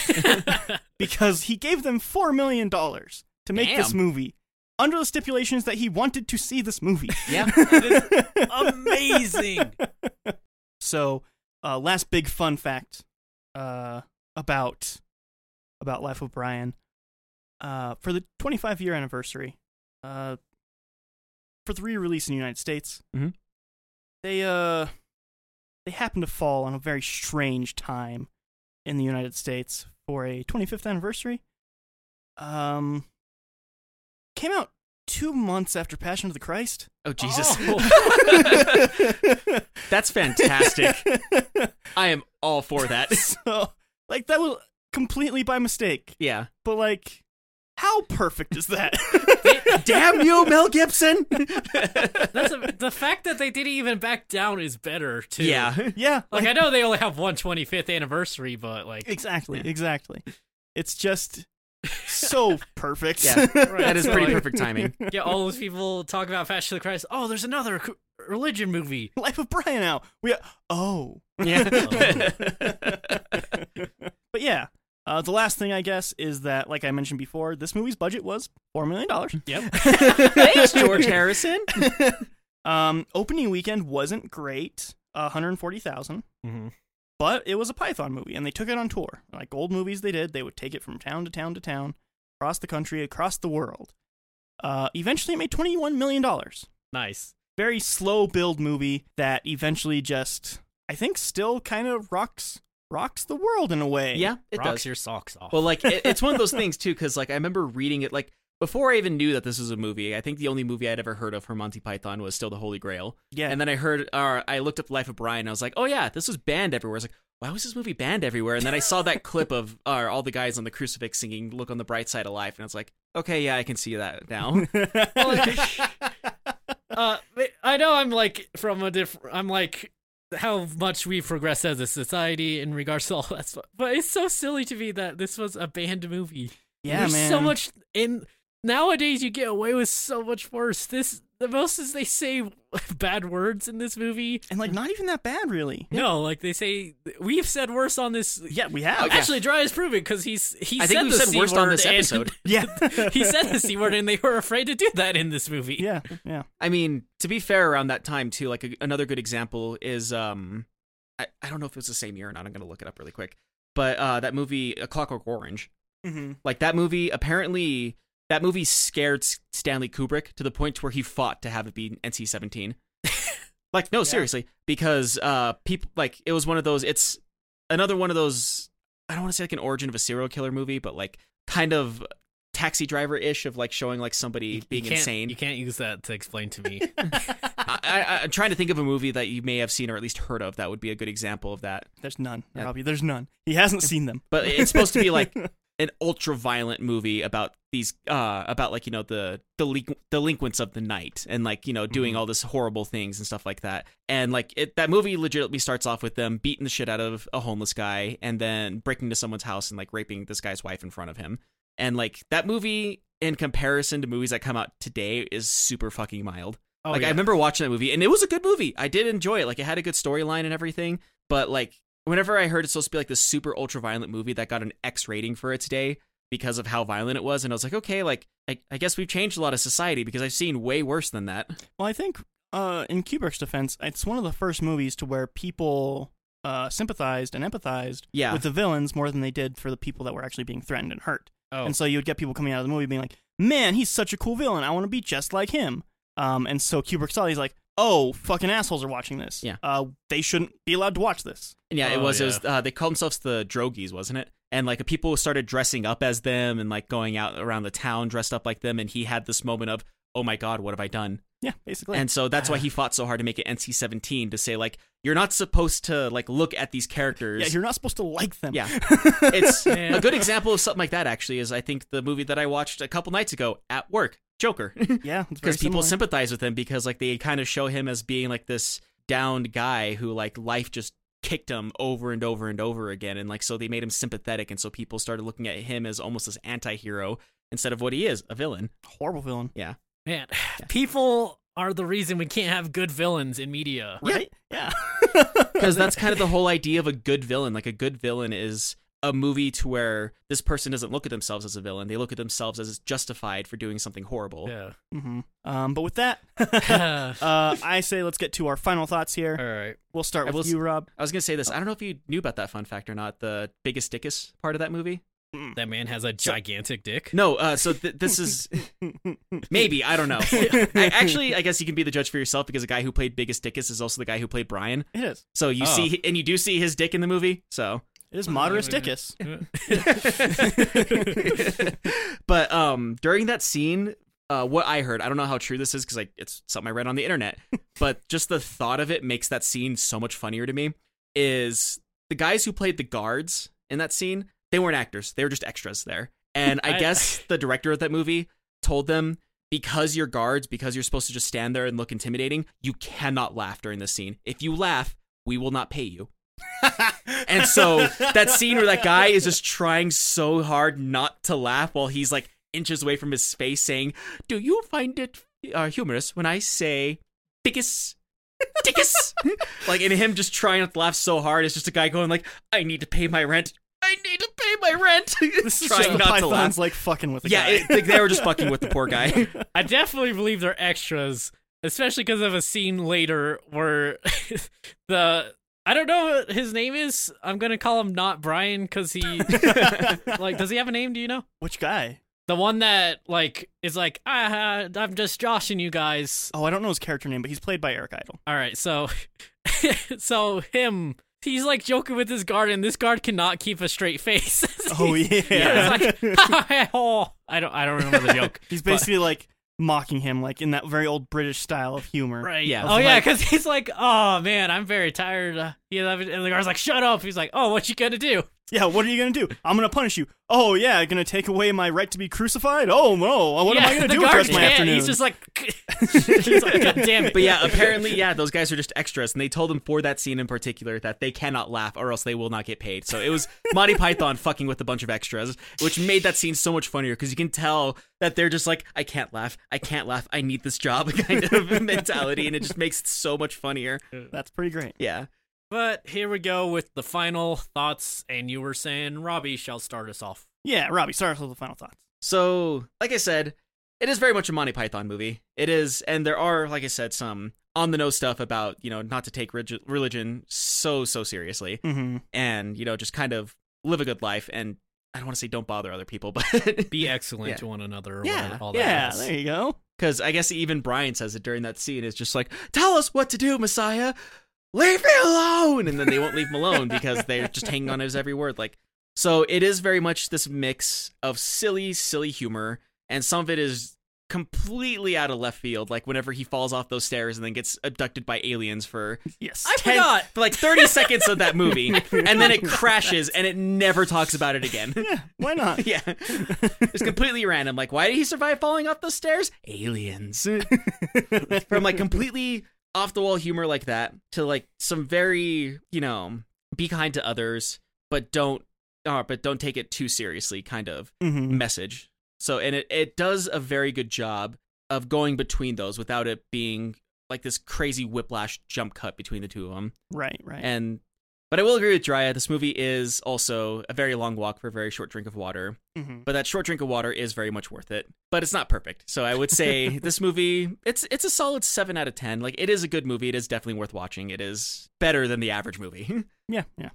Speaker 1: because he gave them four million dollars to make this
Speaker 2: Damn.
Speaker 1: movie under the stipulations that he wanted to see this movie.
Speaker 2: Yeah.
Speaker 3: Amazing.
Speaker 1: So, uh, last big fun fact uh, about about Life of Brian uh, for the 25 year anniversary uh, for the re-release in the United States.
Speaker 2: Mhm.
Speaker 1: They uh they happened to fall on a very strange time in the United States for a 25th anniversary. Um, came out two months after Passion of the Christ.
Speaker 2: Oh Jesus.
Speaker 3: Oh.
Speaker 2: That's fantastic. I am all for that.
Speaker 1: so, like, that was completely by mistake.
Speaker 2: Yeah.
Speaker 1: But, like, how perfect is that?
Speaker 2: Damn you, Mel Gibson.
Speaker 3: That's a, the fact that they didn't even back down is better too.
Speaker 2: yeah.
Speaker 1: yeah.
Speaker 3: Like I know they only have one 25th anniversary, but like
Speaker 1: exactly.
Speaker 2: Yeah.
Speaker 1: Exactly. It's just so perfect.
Speaker 2: Yeah. That
Speaker 3: Right,
Speaker 2: is
Speaker 3: so,
Speaker 2: pretty
Speaker 3: like,
Speaker 2: perfect timing.
Speaker 3: Yeah, all those people talk about Fashion of the Christ. Oh, there's another c- religion movie.
Speaker 1: Life of Brian now. We oh.
Speaker 2: Yeah.
Speaker 1: But yeah, uh, the last thing I guess is that, like I mentioned before, this movie's budget was four million dollars.
Speaker 3: Yep.
Speaker 2: Thanks, George Harrison.
Speaker 1: Um, opening weekend wasn't great, uh, one hundred forty thousand,
Speaker 3: Mhm.
Speaker 1: but it was a Python movie, and they took it on tour. Like old movies, they did. They would take it from town to town to town, across the country, across the world. Uh, eventually, it made twenty-one million dollars.
Speaker 3: Nice.
Speaker 1: Very slow build movie that eventually just I think still kind of rocks rocks the world in a way.
Speaker 2: Yeah, it
Speaker 3: Rocks
Speaker 2: does.
Speaker 3: your socks off.
Speaker 2: Well, like it, it's one of those things too, because like I remember reading it like before I even knew that this was a movie. I think the only movie I'd ever heard of from Monty Python was still The Holy Grail.
Speaker 1: yeah.
Speaker 2: And then I heard, or I looked up Life of Brian. And I was like, oh yeah, this was banned everywhere. I was like, why was this movie banned everywhere? And then I saw that clip of uh, all the guys on the crucifix singing "Look on the Bright Side of Life," and I was like, okay, yeah, I can see that now.
Speaker 3: uh, but I know I'm like from a different. I'm like how much we progress as a society in regards to all that stuff. But it's so silly to me that this was a banned movie.
Speaker 1: yeah,
Speaker 3: There's
Speaker 1: man.
Speaker 3: so much in nowadays. You get away with so much worse. This the most is they say bad words in this movie.
Speaker 1: and like not even that bad really.
Speaker 3: No, like they say we've said worse on this.
Speaker 1: Yeah, we have.
Speaker 3: Actually, Dry is proving because he's he
Speaker 2: oh, I
Speaker 3: said
Speaker 2: think we
Speaker 3: the
Speaker 2: said
Speaker 3: C
Speaker 2: worst on
Speaker 3: word
Speaker 2: this
Speaker 3: and-
Speaker 2: episode.
Speaker 1: Yeah.
Speaker 3: he said the c word, and they were afraid to do that in this movie.
Speaker 1: yeah, yeah.
Speaker 2: I mean, to be fair, around that time too, like a, another good example is, um, I, I don't know if it was the same year or not. I'm gonna look it up really quick. But uh, that movie, A Clockwork Orange,
Speaker 1: Mm-hmm.
Speaker 2: like that movie, apparently that movie scared S- Stanley Kubrick to the point to where he fought to have it be NC-17. like, no,
Speaker 1: Yeah.
Speaker 2: seriously, because uh, people like it was one of those. It's another one of those. I don't want to say like an origin of a serial killer movie, but like kind of taxi driver ish of like showing like somebody being
Speaker 3: can't-
Speaker 2: insane.
Speaker 3: You can't use that to explain to me.
Speaker 2: I, I, I'm trying to think of a movie that you may have seen or at least heard of that would be a good example of that.
Speaker 1: There's none,
Speaker 2: Yeah.
Speaker 1: Robbie. There's none. He hasn't seen them.
Speaker 2: But it's supposed to be like an ultra violent movie about these, uh, about like you know the delinqu- delinquents of the night and like you know doing
Speaker 3: Mm-hmm.
Speaker 2: all this horrible things and stuff like that. And like it, that movie legitimately starts off with them beating the shit out of a homeless guy and then breaking into someone's house and like raping this guy's wife in front of him. And like that movie in comparison to movies that come out today is super fucking mild.
Speaker 3: Oh,
Speaker 2: like
Speaker 3: yeah.
Speaker 2: I remember watching that movie, and it was a good movie. I did enjoy it. Like it had a good storyline and everything. But like whenever I heard it's supposed to be like this super ultra violent movie that got an X rating for its day because of how violent it was, and I was like, okay, like I, I guess we've changed a lot of society because I've seen way worse than that.
Speaker 1: Well, I think uh, in Kubrick's defense, it's one of the first movies to where people uh, sympathized and empathized
Speaker 2: Yeah,
Speaker 1: with the villains more than they did for the people that were actually being threatened and hurt.
Speaker 3: Oh,
Speaker 1: And so you would get people coming out of the movie being like, "Man, he's such a cool villain. I want to be just like him." Um, and so Kubrick saw it, he's like, "Oh, fucking assholes are watching this.
Speaker 2: Yeah.
Speaker 1: uh, they shouldn't be allowed to watch this."
Speaker 2: And yeah, it
Speaker 3: Oh,
Speaker 2: was. It
Speaker 3: yeah.
Speaker 2: was. Uh, they called themselves the Drogies, wasn't it? And like people started dressing up as them and like going out around the town dressed up like them. And he had this moment of, oh my god, what have I done?
Speaker 1: Yeah, basically.
Speaker 2: And so that's why he fought so hard to make it NC-17 to say like you're not supposed to like look at these characters.
Speaker 1: yeah, you're not supposed to like them.
Speaker 2: Yeah. it's
Speaker 3: Yeah.
Speaker 2: a good example of something like that actually is I think the movie that I watched a couple nights ago at work, Joker,
Speaker 1: yeah, it's very
Speaker 2: because
Speaker 1: similar.
Speaker 2: people sympathize with him because like they kind of show him as being like this downed guy who like life just kicked him over and over and over again and like so they made him sympathetic and so people started looking at him as almost this anti-hero instead of what he is, a villain.
Speaker 1: horrible villain.
Speaker 3: man, people are the reason we can't have good villains in media.
Speaker 2: Yeah.
Speaker 1: Right? Yeah.
Speaker 2: because that's kind of the whole idea of a good villain. Like a good villain is a movie to where this person doesn't look at themselves as a villain; they look at themselves as justified for doing something horrible.
Speaker 3: Yeah.
Speaker 1: hmm um, but with that,
Speaker 3: Uh,
Speaker 1: uh, I say let's get to our final thoughts here.
Speaker 3: all right.
Speaker 1: We'll start
Speaker 2: I
Speaker 1: with
Speaker 2: will s-
Speaker 1: you, Rob.
Speaker 2: I was gonna say this. I don't know if you knew about that fun fact or not. The biggest dickus part of that movie.
Speaker 1: Hmm.
Speaker 3: That man has a gigantic dick.
Speaker 2: No, uh, so th- this is maybe I don't know. I, actually, I guess you can be the judge for yourself because the guy who played biggest dickus is also the guy who played Brian.
Speaker 1: It is.
Speaker 2: So you
Speaker 3: Oh.
Speaker 2: see, and you do see his dick in the movie. So
Speaker 1: It is
Speaker 3: Oh,
Speaker 1: Moderus
Speaker 3: yeah.
Speaker 1: Dickus.
Speaker 2: but um during that scene uh what i heard i don't know how true this is because like it's something i read on the internet but just the thought of it makes that scene so much funnier to me is the guys who played the guards in that scene they weren't actors they were just extras there and i,
Speaker 3: I-
Speaker 2: guess the director of that movie told them because you're guards because you're supposed to just stand there and look intimidating you cannot laugh during this scene if you laugh we will not pay you and so that scene where that guy is just trying so hard not to laugh while he's like inches away from his face saying, Do you find it uh, humorous when I say dickus? Dickus? like, and him just trying not to laugh so hard. It's just a guy going like, I need to pay my rent. I need to pay my rent.
Speaker 1: This is
Speaker 2: trying
Speaker 1: just the
Speaker 2: not to laugh.
Speaker 1: pythons like fucking with the
Speaker 2: Yeah,
Speaker 1: guy.
Speaker 2: it, like, they were just fucking with the poor guy.
Speaker 3: I definitely believe they're extras, especially because of a scene later where the I don't know what his name is. I'm gonna call him not Brian because he like does he have a name? Do you know?
Speaker 1: Which guy?
Speaker 3: The one that like is like ah, I'm just joshing you guys.
Speaker 1: Oh, I don't know his character name, but he's played by Eric Idle.
Speaker 3: All right, so so him, he's like joking with this guard, and this guard cannot keep a straight face.
Speaker 1: Oh
Speaker 3: He's-
Speaker 1: yeah.
Speaker 3: yeah, it's like, oh, I don't, I don't remember the joke.
Speaker 1: He's
Speaker 3: but-
Speaker 1: basically like mocking him, like in that very old British style of humor.
Speaker 3: Right.
Speaker 2: Yeah.
Speaker 3: Oh yeah,
Speaker 1: Like-
Speaker 3: because he's like, oh man, I'm very tired. Uh, you know, and the guard's like, shut up. He's like, oh, what you gonna do?
Speaker 1: Yeah, what are you gonna do? I'm gonna punish you. Oh yeah, gonna take away my right to be crucified? Oh no, what am
Speaker 3: Yeah,
Speaker 1: I gonna
Speaker 3: the
Speaker 1: do with the
Speaker 3: guard
Speaker 1: rest of my
Speaker 3: can't.
Speaker 1: afternoon?
Speaker 3: He's just like, he's like, God damn it.
Speaker 2: But yeah, apparently, yeah, those guys are just extras, and they told them for that scene in particular that they cannot laugh or else they will not get paid. So it was Monty Python fucking with a bunch of extras, which made that scene so much funnier because you can tell that they're just like, I can't laugh, I can't laugh, I need this job kind of mentality, and it just makes it so much funnier.
Speaker 1: That's pretty great.
Speaker 2: Yeah.
Speaker 3: But here we go with the final thoughts, and you were saying Robbie shall start us off.
Speaker 1: Yeah, Robbie, start us with the final thoughts.
Speaker 2: So, like I said, it is very much a Monty Python movie. It is, and there are, like I said, some on the nose stuff about you know not to take relig- religion so so seriously.
Speaker 1: Mm-hmm.
Speaker 2: and you know just kind of live a good life and i don't want to say don't bother other people but
Speaker 3: Be excellent
Speaker 2: Yeah.
Speaker 3: to one another. Or
Speaker 2: Yeah,
Speaker 3: whatever, all
Speaker 1: Yeah,
Speaker 3: that is.
Speaker 1: there you go.
Speaker 2: because i guess even brian says it during that scene is just like tell us what to do messiah leave me alone and then they won't leave him alone because they're just hanging on his every word like so it is very much this mix of silly silly humor and some of it is completely out of left field like whenever he falls off those stairs and then gets abducted by aliens for
Speaker 1: Yes.
Speaker 3: I
Speaker 2: 10
Speaker 3: forgot.
Speaker 2: for like 30 seconds of that movie and then it crashes and it never talks about it again
Speaker 1: yeah, why not?
Speaker 2: yeah. It's completely random. Like, why did he survive falling off those stairs? Aliens. From like completely off the wall humor like that to like some very, you know, be kind to others, but don't uh, but don't take it too seriously kind of
Speaker 1: hmm
Speaker 2: message. So and it, it does a very good job of going between those without it being like this crazy whiplash jump cut between the two of them.
Speaker 1: Right, right.
Speaker 2: And but I will agree with Drya, this movie is also a very long walk for a very short drink of water
Speaker 1: hmm
Speaker 2: but that short drink of water is very much worth it. But it's not perfect. So I would say this movie, it's it's a solid 7 out of 10. Like it is a good movie. It is definitely worth watching. It is better than the average movie.
Speaker 1: Yeah, yeah.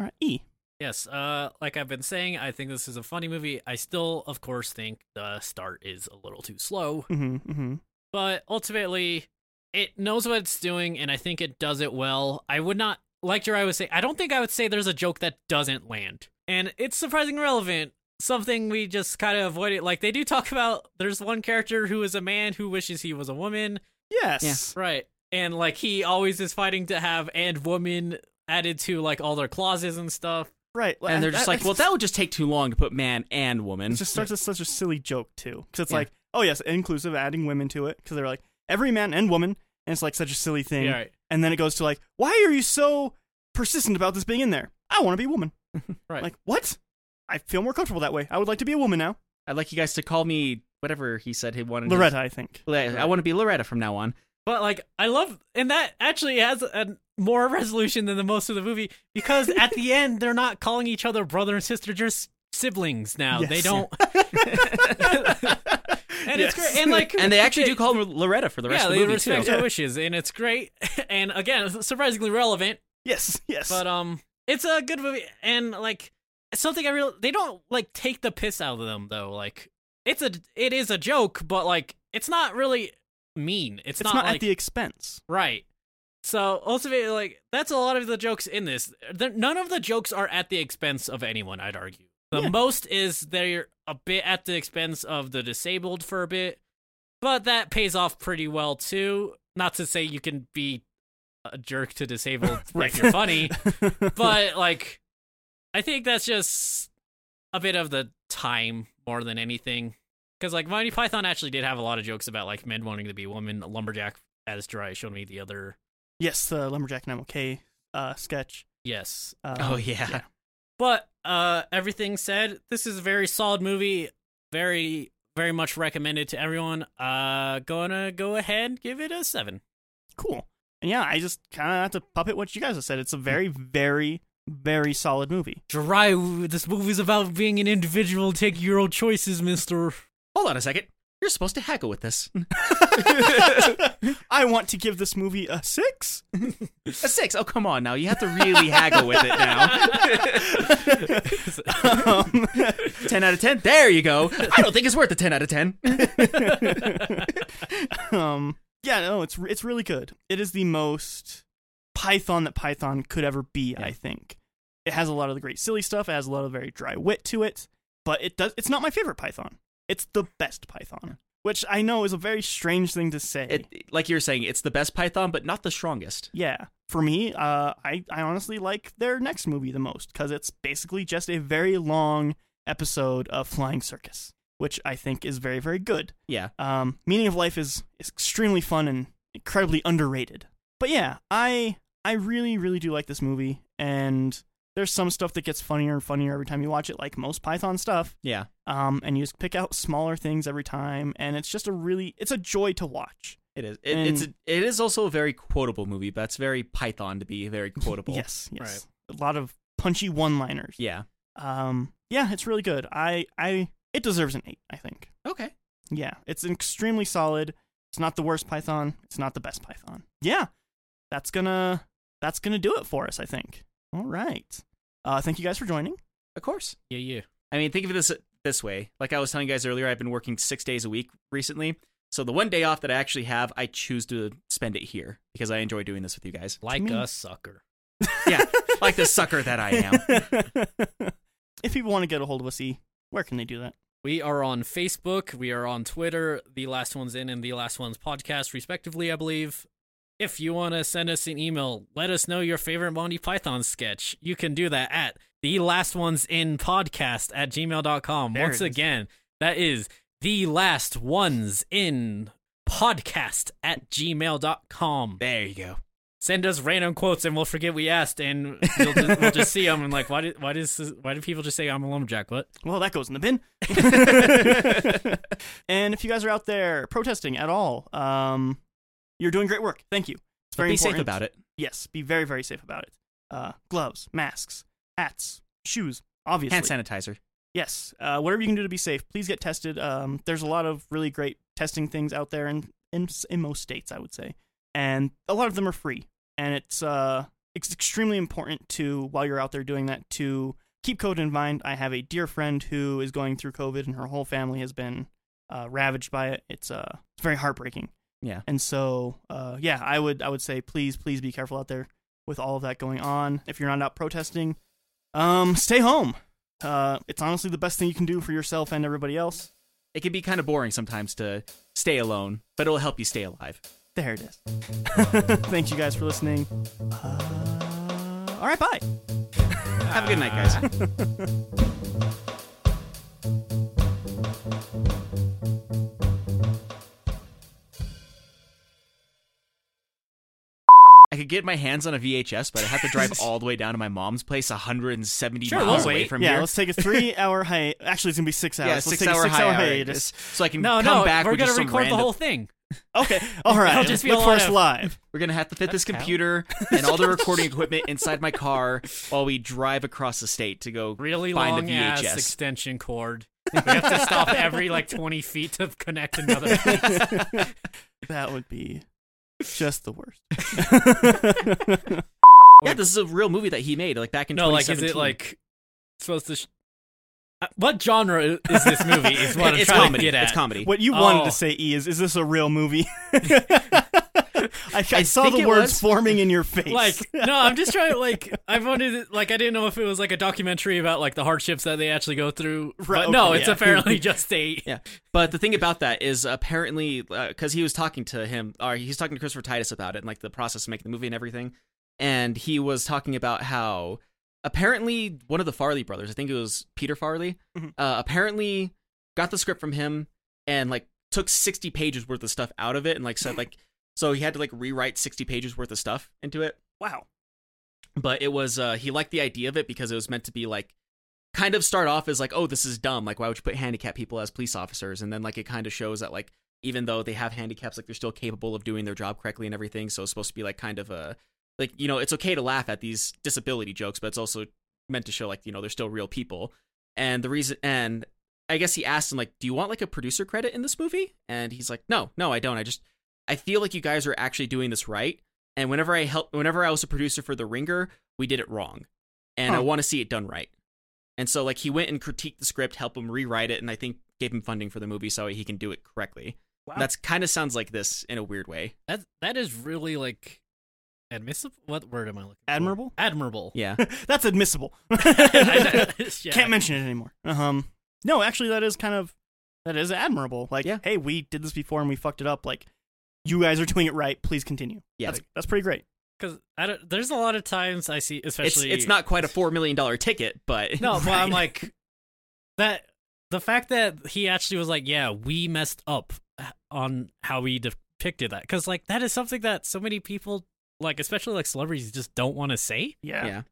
Speaker 1: All right, E.
Speaker 3: Yes, uh, like I've been saying, I think this is a funny movie. I still, of course, think the start is a little too slow,
Speaker 1: Mm-hmm, mm-hmm.
Speaker 3: but ultimately, it knows what it's doing, and I think it does it well. I would not, like Jerry was saying, I don't think I would say there's a joke that doesn't land, and it's surprisingly relevant. Something we just kind of avoided. Like they do talk about. There's one character who is a man who wishes he was a woman.
Speaker 1: Yes.
Speaker 3: Right. And like he always is fighting to have and woman added to like all their clauses and stuff.
Speaker 1: Right.
Speaker 2: and they're just like, "Well, that would just take too long to put man and woman."
Speaker 1: It just starts as such a silly joke too, because it's
Speaker 2: Yeah.
Speaker 1: like, oh yes, inclusive, adding women to it, because they're like every man and woman, and it's like such a silly thing.
Speaker 3: Yeah, right.
Speaker 1: And then it goes to like, why are you so persistent about this being in there? I want to be a woman.
Speaker 3: Right.
Speaker 1: Like what? I feel more comfortable that way. I would like to be a woman now.
Speaker 2: I'd like you guys to call me whatever he said he wanted. to-
Speaker 1: Loretta, I think.
Speaker 2: Le- I want to be Loretta from now on.
Speaker 3: But like I love and that actually has a more resolution than the most of the movie because at the end they're not calling each other brother and sister, just siblings now. They
Speaker 1: Yes.
Speaker 3: don't And it's
Speaker 1: Yes.
Speaker 3: great. And like
Speaker 2: And they actually do call her Loretta for the rest
Speaker 3: Yeah,
Speaker 2: of the
Speaker 3: they
Speaker 2: movie
Speaker 3: respect
Speaker 2: too.
Speaker 3: her wishes and it's great. And again, surprisingly relevant.
Speaker 1: Yes. Yes.
Speaker 3: But um, it's a good movie, and like something I real they don't like take the piss out of them though. Like it's a it is a joke, but like it's not really mean. It's,
Speaker 1: it's not,
Speaker 3: like,
Speaker 1: at the expense.
Speaker 3: right. So ultimately, like that's a lot of the jokes in this. They're- none of the jokes are at the expense of anyone. I'd argue the
Speaker 1: Yeah.
Speaker 3: most is they're a bit at the expense of the disabled for a bit, but that pays off pretty well too. Not to say you can be a jerk to disabled
Speaker 1: Right.
Speaker 3: if you're funny but like i think that's just a bit of the time more than anything because like monty python actually did have a lot of jokes about like men wanting to be women lumberjack as dry showed me the other
Speaker 1: yes, the lumberjack and I'm okay uh, sketch.
Speaker 3: yes
Speaker 1: Um,
Speaker 2: Oh yeah.
Speaker 1: yeah.
Speaker 3: but uh everything said this is a very solid movie very very much recommended to everyone uh gonna go ahead give it a seven
Speaker 1: cool. And yeah, I just kind of have to puppet what you guys have said. It's a very, very, very solid movie.
Speaker 3: dry this movie's about being an individual take your own choices mister
Speaker 2: Hold on a second. You're supposed to haggle with this.
Speaker 1: I want to give this movie a six.
Speaker 2: A six. Oh, come on now. You have to really haggle with it now.
Speaker 1: Um,
Speaker 2: 10 out of 10. There you go. I don't think it's worth a 10 out of 10.
Speaker 1: um, yeah, no, it's re- it's really good. It is the most Python that Python could ever be.
Speaker 3: Yeah.
Speaker 1: I think it has a lot of the great silly stuff. It has a lot of very dry wit to it, but it does. It's not my favorite Python. It's the best Python, which I know is a very strange thing to say.
Speaker 2: It, like you were saying, it's the best Python, but not the strongest.
Speaker 1: yeah, for me, uh, I I honestly like their next movie the most because it's basically just a very long episode of Flying Circus, which I think is very very good.
Speaker 2: Yeah.
Speaker 1: Um, Meaning of Life is, is extremely fun and incredibly underrated. But yeah, I I really really do like this movie, and there's some stuff that gets funnier and funnier every time you watch it, like most Python stuff.
Speaker 2: Yeah.
Speaker 1: Um, and you just pick out smaller things every time, and it's just a really it's a joy to watch.
Speaker 2: It is. It, it's
Speaker 1: And-
Speaker 2: it is also a very quotable movie, but it's very Python to be very quotable.
Speaker 1: Yes, yes, a lot of punchy one-liners.
Speaker 2: Yeah.
Speaker 1: Um, yeah, it's really good. I I it deserves an eight, I think.
Speaker 2: Okay.
Speaker 1: Yeah, it's extremely solid. It's not the worst Python. It's not the best Python. Yeah, that's gonna that's gonna do it for us. I think. All right. Uh, thank you guys for joining.
Speaker 2: Of course.
Speaker 3: Yeah, yeah.
Speaker 2: I mean, think of this this way. Like I was telling you guys earlier, I've been working six days a week recently. So the one day off that I actually have, I choose to spend it here because I enjoy doing this with you guys.
Speaker 3: Like
Speaker 1: mean-
Speaker 3: a sucker.
Speaker 2: Like the sucker that I am.
Speaker 1: if people want to get a hold of us, E, where can they do that?
Speaker 3: We are on Facebook. We are on Twitter. The Last One's In and The Last One's Podcast, respectively, I believe. If you want to send us an email, let us know your favorite Monty Python sketch. You can do that at The Last One's In Podcast at gmail.com.
Speaker 1: There
Speaker 3: Once
Speaker 1: it is.
Speaker 3: again, that is The Last One's In Podcast at gmail.com.
Speaker 2: There you go.
Speaker 3: Send us random quotes and we'll forget we asked and we'll just, we'll just see them and like, why did, why, does this, why do people just say I'm a lumberjack? What?
Speaker 1: Well, that goes in the bin. and if you guys are out there protesting at all, um, you're doing great work. Thank you. It's
Speaker 2: But
Speaker 1: very
Speaker 2: be
Speaker 1: important.
Speaker 2: safe about it.
Speaker 1: Yes, be very very safe about it. Uh, gloves, masks, hats, shoes, obviously.
Speaker 2: Hand sanitizer.
Speaker 1: Yes, uh, whatever you can do to be safe, please get tested. Um, there's a lot of really great testing things out there in, in in most states, I would say, and a lot of them are free. And it's uh, it's extremely important to while you're out there doing that to keep COVID in mind. I have a dear friend who is going through COVID, and her whole family has been uh, ravaged by it. It's uh, it's very heartbreaking.
Speaker 2: Yeah.
Speaker 1: And so, uh, yeah, I would I would say please please be careful out there with all of that going on. If you're not out protesting, um, stay home. Uh, it's honestly the best thing you can do for yourself and everybody else.
Speaker 2: It can be kind of boring sometimes to stay alone, but it'll help you stay alive.
Speaker 1: There it is. Thank you guys for listening. Uh, all right, bye.
Speaker 2: Have a good night, guys. I could get my hands on a VHS, but I have to drive all the way down to my mom's place, 170
Speaker 3: Sure,
Speaker 2: miles
Speaker 3: we'll
Speaker 2: away
Speaker 3: wait. uh,
Speaker 2: from
Speaker 1: yeah,
Speaker 2: here.
Speaker 1: let's take a three-hour hiatus. Actually, it's gonna be six hours.
Speaker 2: yeah,
Speaker 1: let's
Speaker 2: six
Speaker 1: take
Speaker 2: hour
Speaker 1: a six-hour
Speaker 2: high
Speaker 1: hiatus.
Speaker 2: so I can
Speaker 3: No,
Speaker 2: come
Speaker 3: no,
Speaker 2: back.
Speaker 3: we're
Speaker 2: with
Speaker 3: gonna
Speaker 2: just some
Speaker 3: record the
Speaker 2: random-
Speaker 3: whole thing.
Speaker 1: Okay, all right.
Speaker 3: just be a
Speaker 1: Look for
Speaker 3: lot
Speaker 1: us
Speaker 3: of-
Speaker 1: live.
Speaker 2: We're gonna have to fit this
Speaker 3: That's
Speaker 2: computer and all the recording equipment inside my car while we drive across the state to go
Speaker 3: really
Speaker 2: find
Speaker 3: long
Speaker 2: the
Speaker 3: ass
Speaker 2: VHS.
Speaker 3: extension cord. We have to stop every like 20 feet to connect another.
Speaker 1: That would be just the worst.
Speaker 2: yeah, this is a real movie that he made, like back in
Speaker 3: no, like, is
Speaker 2: 2017.
Speaker 3: it like supposed to? Sh- Uh, what genre i- is this movie? Is what I'm
Speaker 2: it's
Speaker 3: trying
Speaker 2: comedy.
Speaker 3: to get at.
Speaker 2: It's comedy.
Speaker 1: What you
Speaker 3: Oh.
Speaker 1: wanted to say, E, is is this a real movie? I, I saw
Speaker 2: think
Speaker 1: the
Speaker 2: it
Speaker 1: words
Speaker 2: was.
Speaker 1: forming in your face.
Speaker 3: Like, no, I'm just trying. Like, I wanted. Like, I didn't know if it was like a documentary about like the hardships that they actually go through.
Speaker 1: Right,
Speaker 3: But no,
Speaker 1: okay,
Speaker 3: it's
Speaker 1: yeah.
Speaker 3: apparently just a.
Speaker 2: Yeah, but the thing about that is apparently because he was talking to him, or he's talking to Christopher Titus about it, and like the process of making the movie and everything, and he was talking about how apparently one of the Farley brothers, I think it was Peter Farley,
Speaker 1: Mhm.
Speaker 2: uh, apparently got the script from him and like took sixty pages worth of stuff out of it, and like said like so he had to like rewrite sixty pages worth of stuff into it.
Speaker 1: wow.
Speaker 2: but it was uh he liked the idea of it because it was meant to be like kind of start off as like oh this is dumb like why would you put handicapped people as police officers and then like it kind of shows that like even though they have handicaps like they're still capable of doing their job correctly and everything so it's supposed to be like kind of a like you know it's okay to laugh at these disability jokes but it's also meant to show like you know they're still real people and the reason and i guess he asked him like do you want like a producer credit in this movie and he's like no no i don't i just i feel like you guys are actually doing this right and whenever i help whenever i was a producer for the ringer we did it wrong and i
Speaker 1: Huh.
Speaker 2: want to see it done right and so like he went and critiqued the script helped him rewrite it and i think gave him funding for the movie so he can do it correctly
Speaker 1: Wow.
Speaker 2: that's kind of sounds like this in a weird way
Speaker 3: That that is really like Admissible? What word am I looking? for?
Speaker 1: Admirable?
Speaker 3: Admirable.
Speaker 2: Yeah.
Speaker 1: That's admissible.
Speaker 3: Yeah.
Speaker 1: Can't mention it anymore. Um, no, actually, that is kind of that is admirable. Like,
Speaker 2: Yeah.
Speaker 1: hey, we did this before and we fucked it up. Like, you guys are doing it right. Please continue.
Speaker 2: Yeah.
Speaker 1: that's, that's pretty great.
Speaker 3: because I don't, there's a lot of times I see,
Speaker 2: It's,
Speaker 3: especially
Speaker 2: it's not quite a $4 million ticket, but.
Speaker 3: No, but I'm like that. The fact that he actually was like, "Yeah, we messed up on how we depicted that," because like that is something that so many people, like especially like celebrities, just don't want to say.
Speaker 1: Yeah.
Speaker 2: Yeah.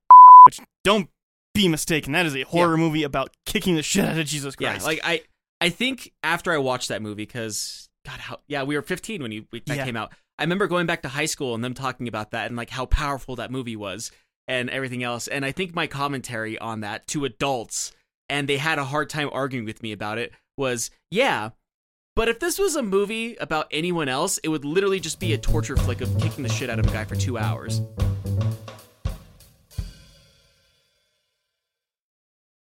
Speaker 1: Which don't be mistaken. That is a horror movie about kicking the shit out of Jesus
Speaker 2: Yeah,
Speaker 1: Christ.
Speaker 2: like I, I think after I watched that movie, because God, how yeah, we were 15 when you we, that
Speaker 1: Yeah.
Speaker 2: came out. I remember going back to high school and them talking about that and like how powerful that movie was and everything else. And I think my commentary on that to adults, and they had a hard time arguing with me about it, was yeah. But if this was a movie about anyone else, it would literally just be a torture flick of kicking the shit out of a guy for two hours.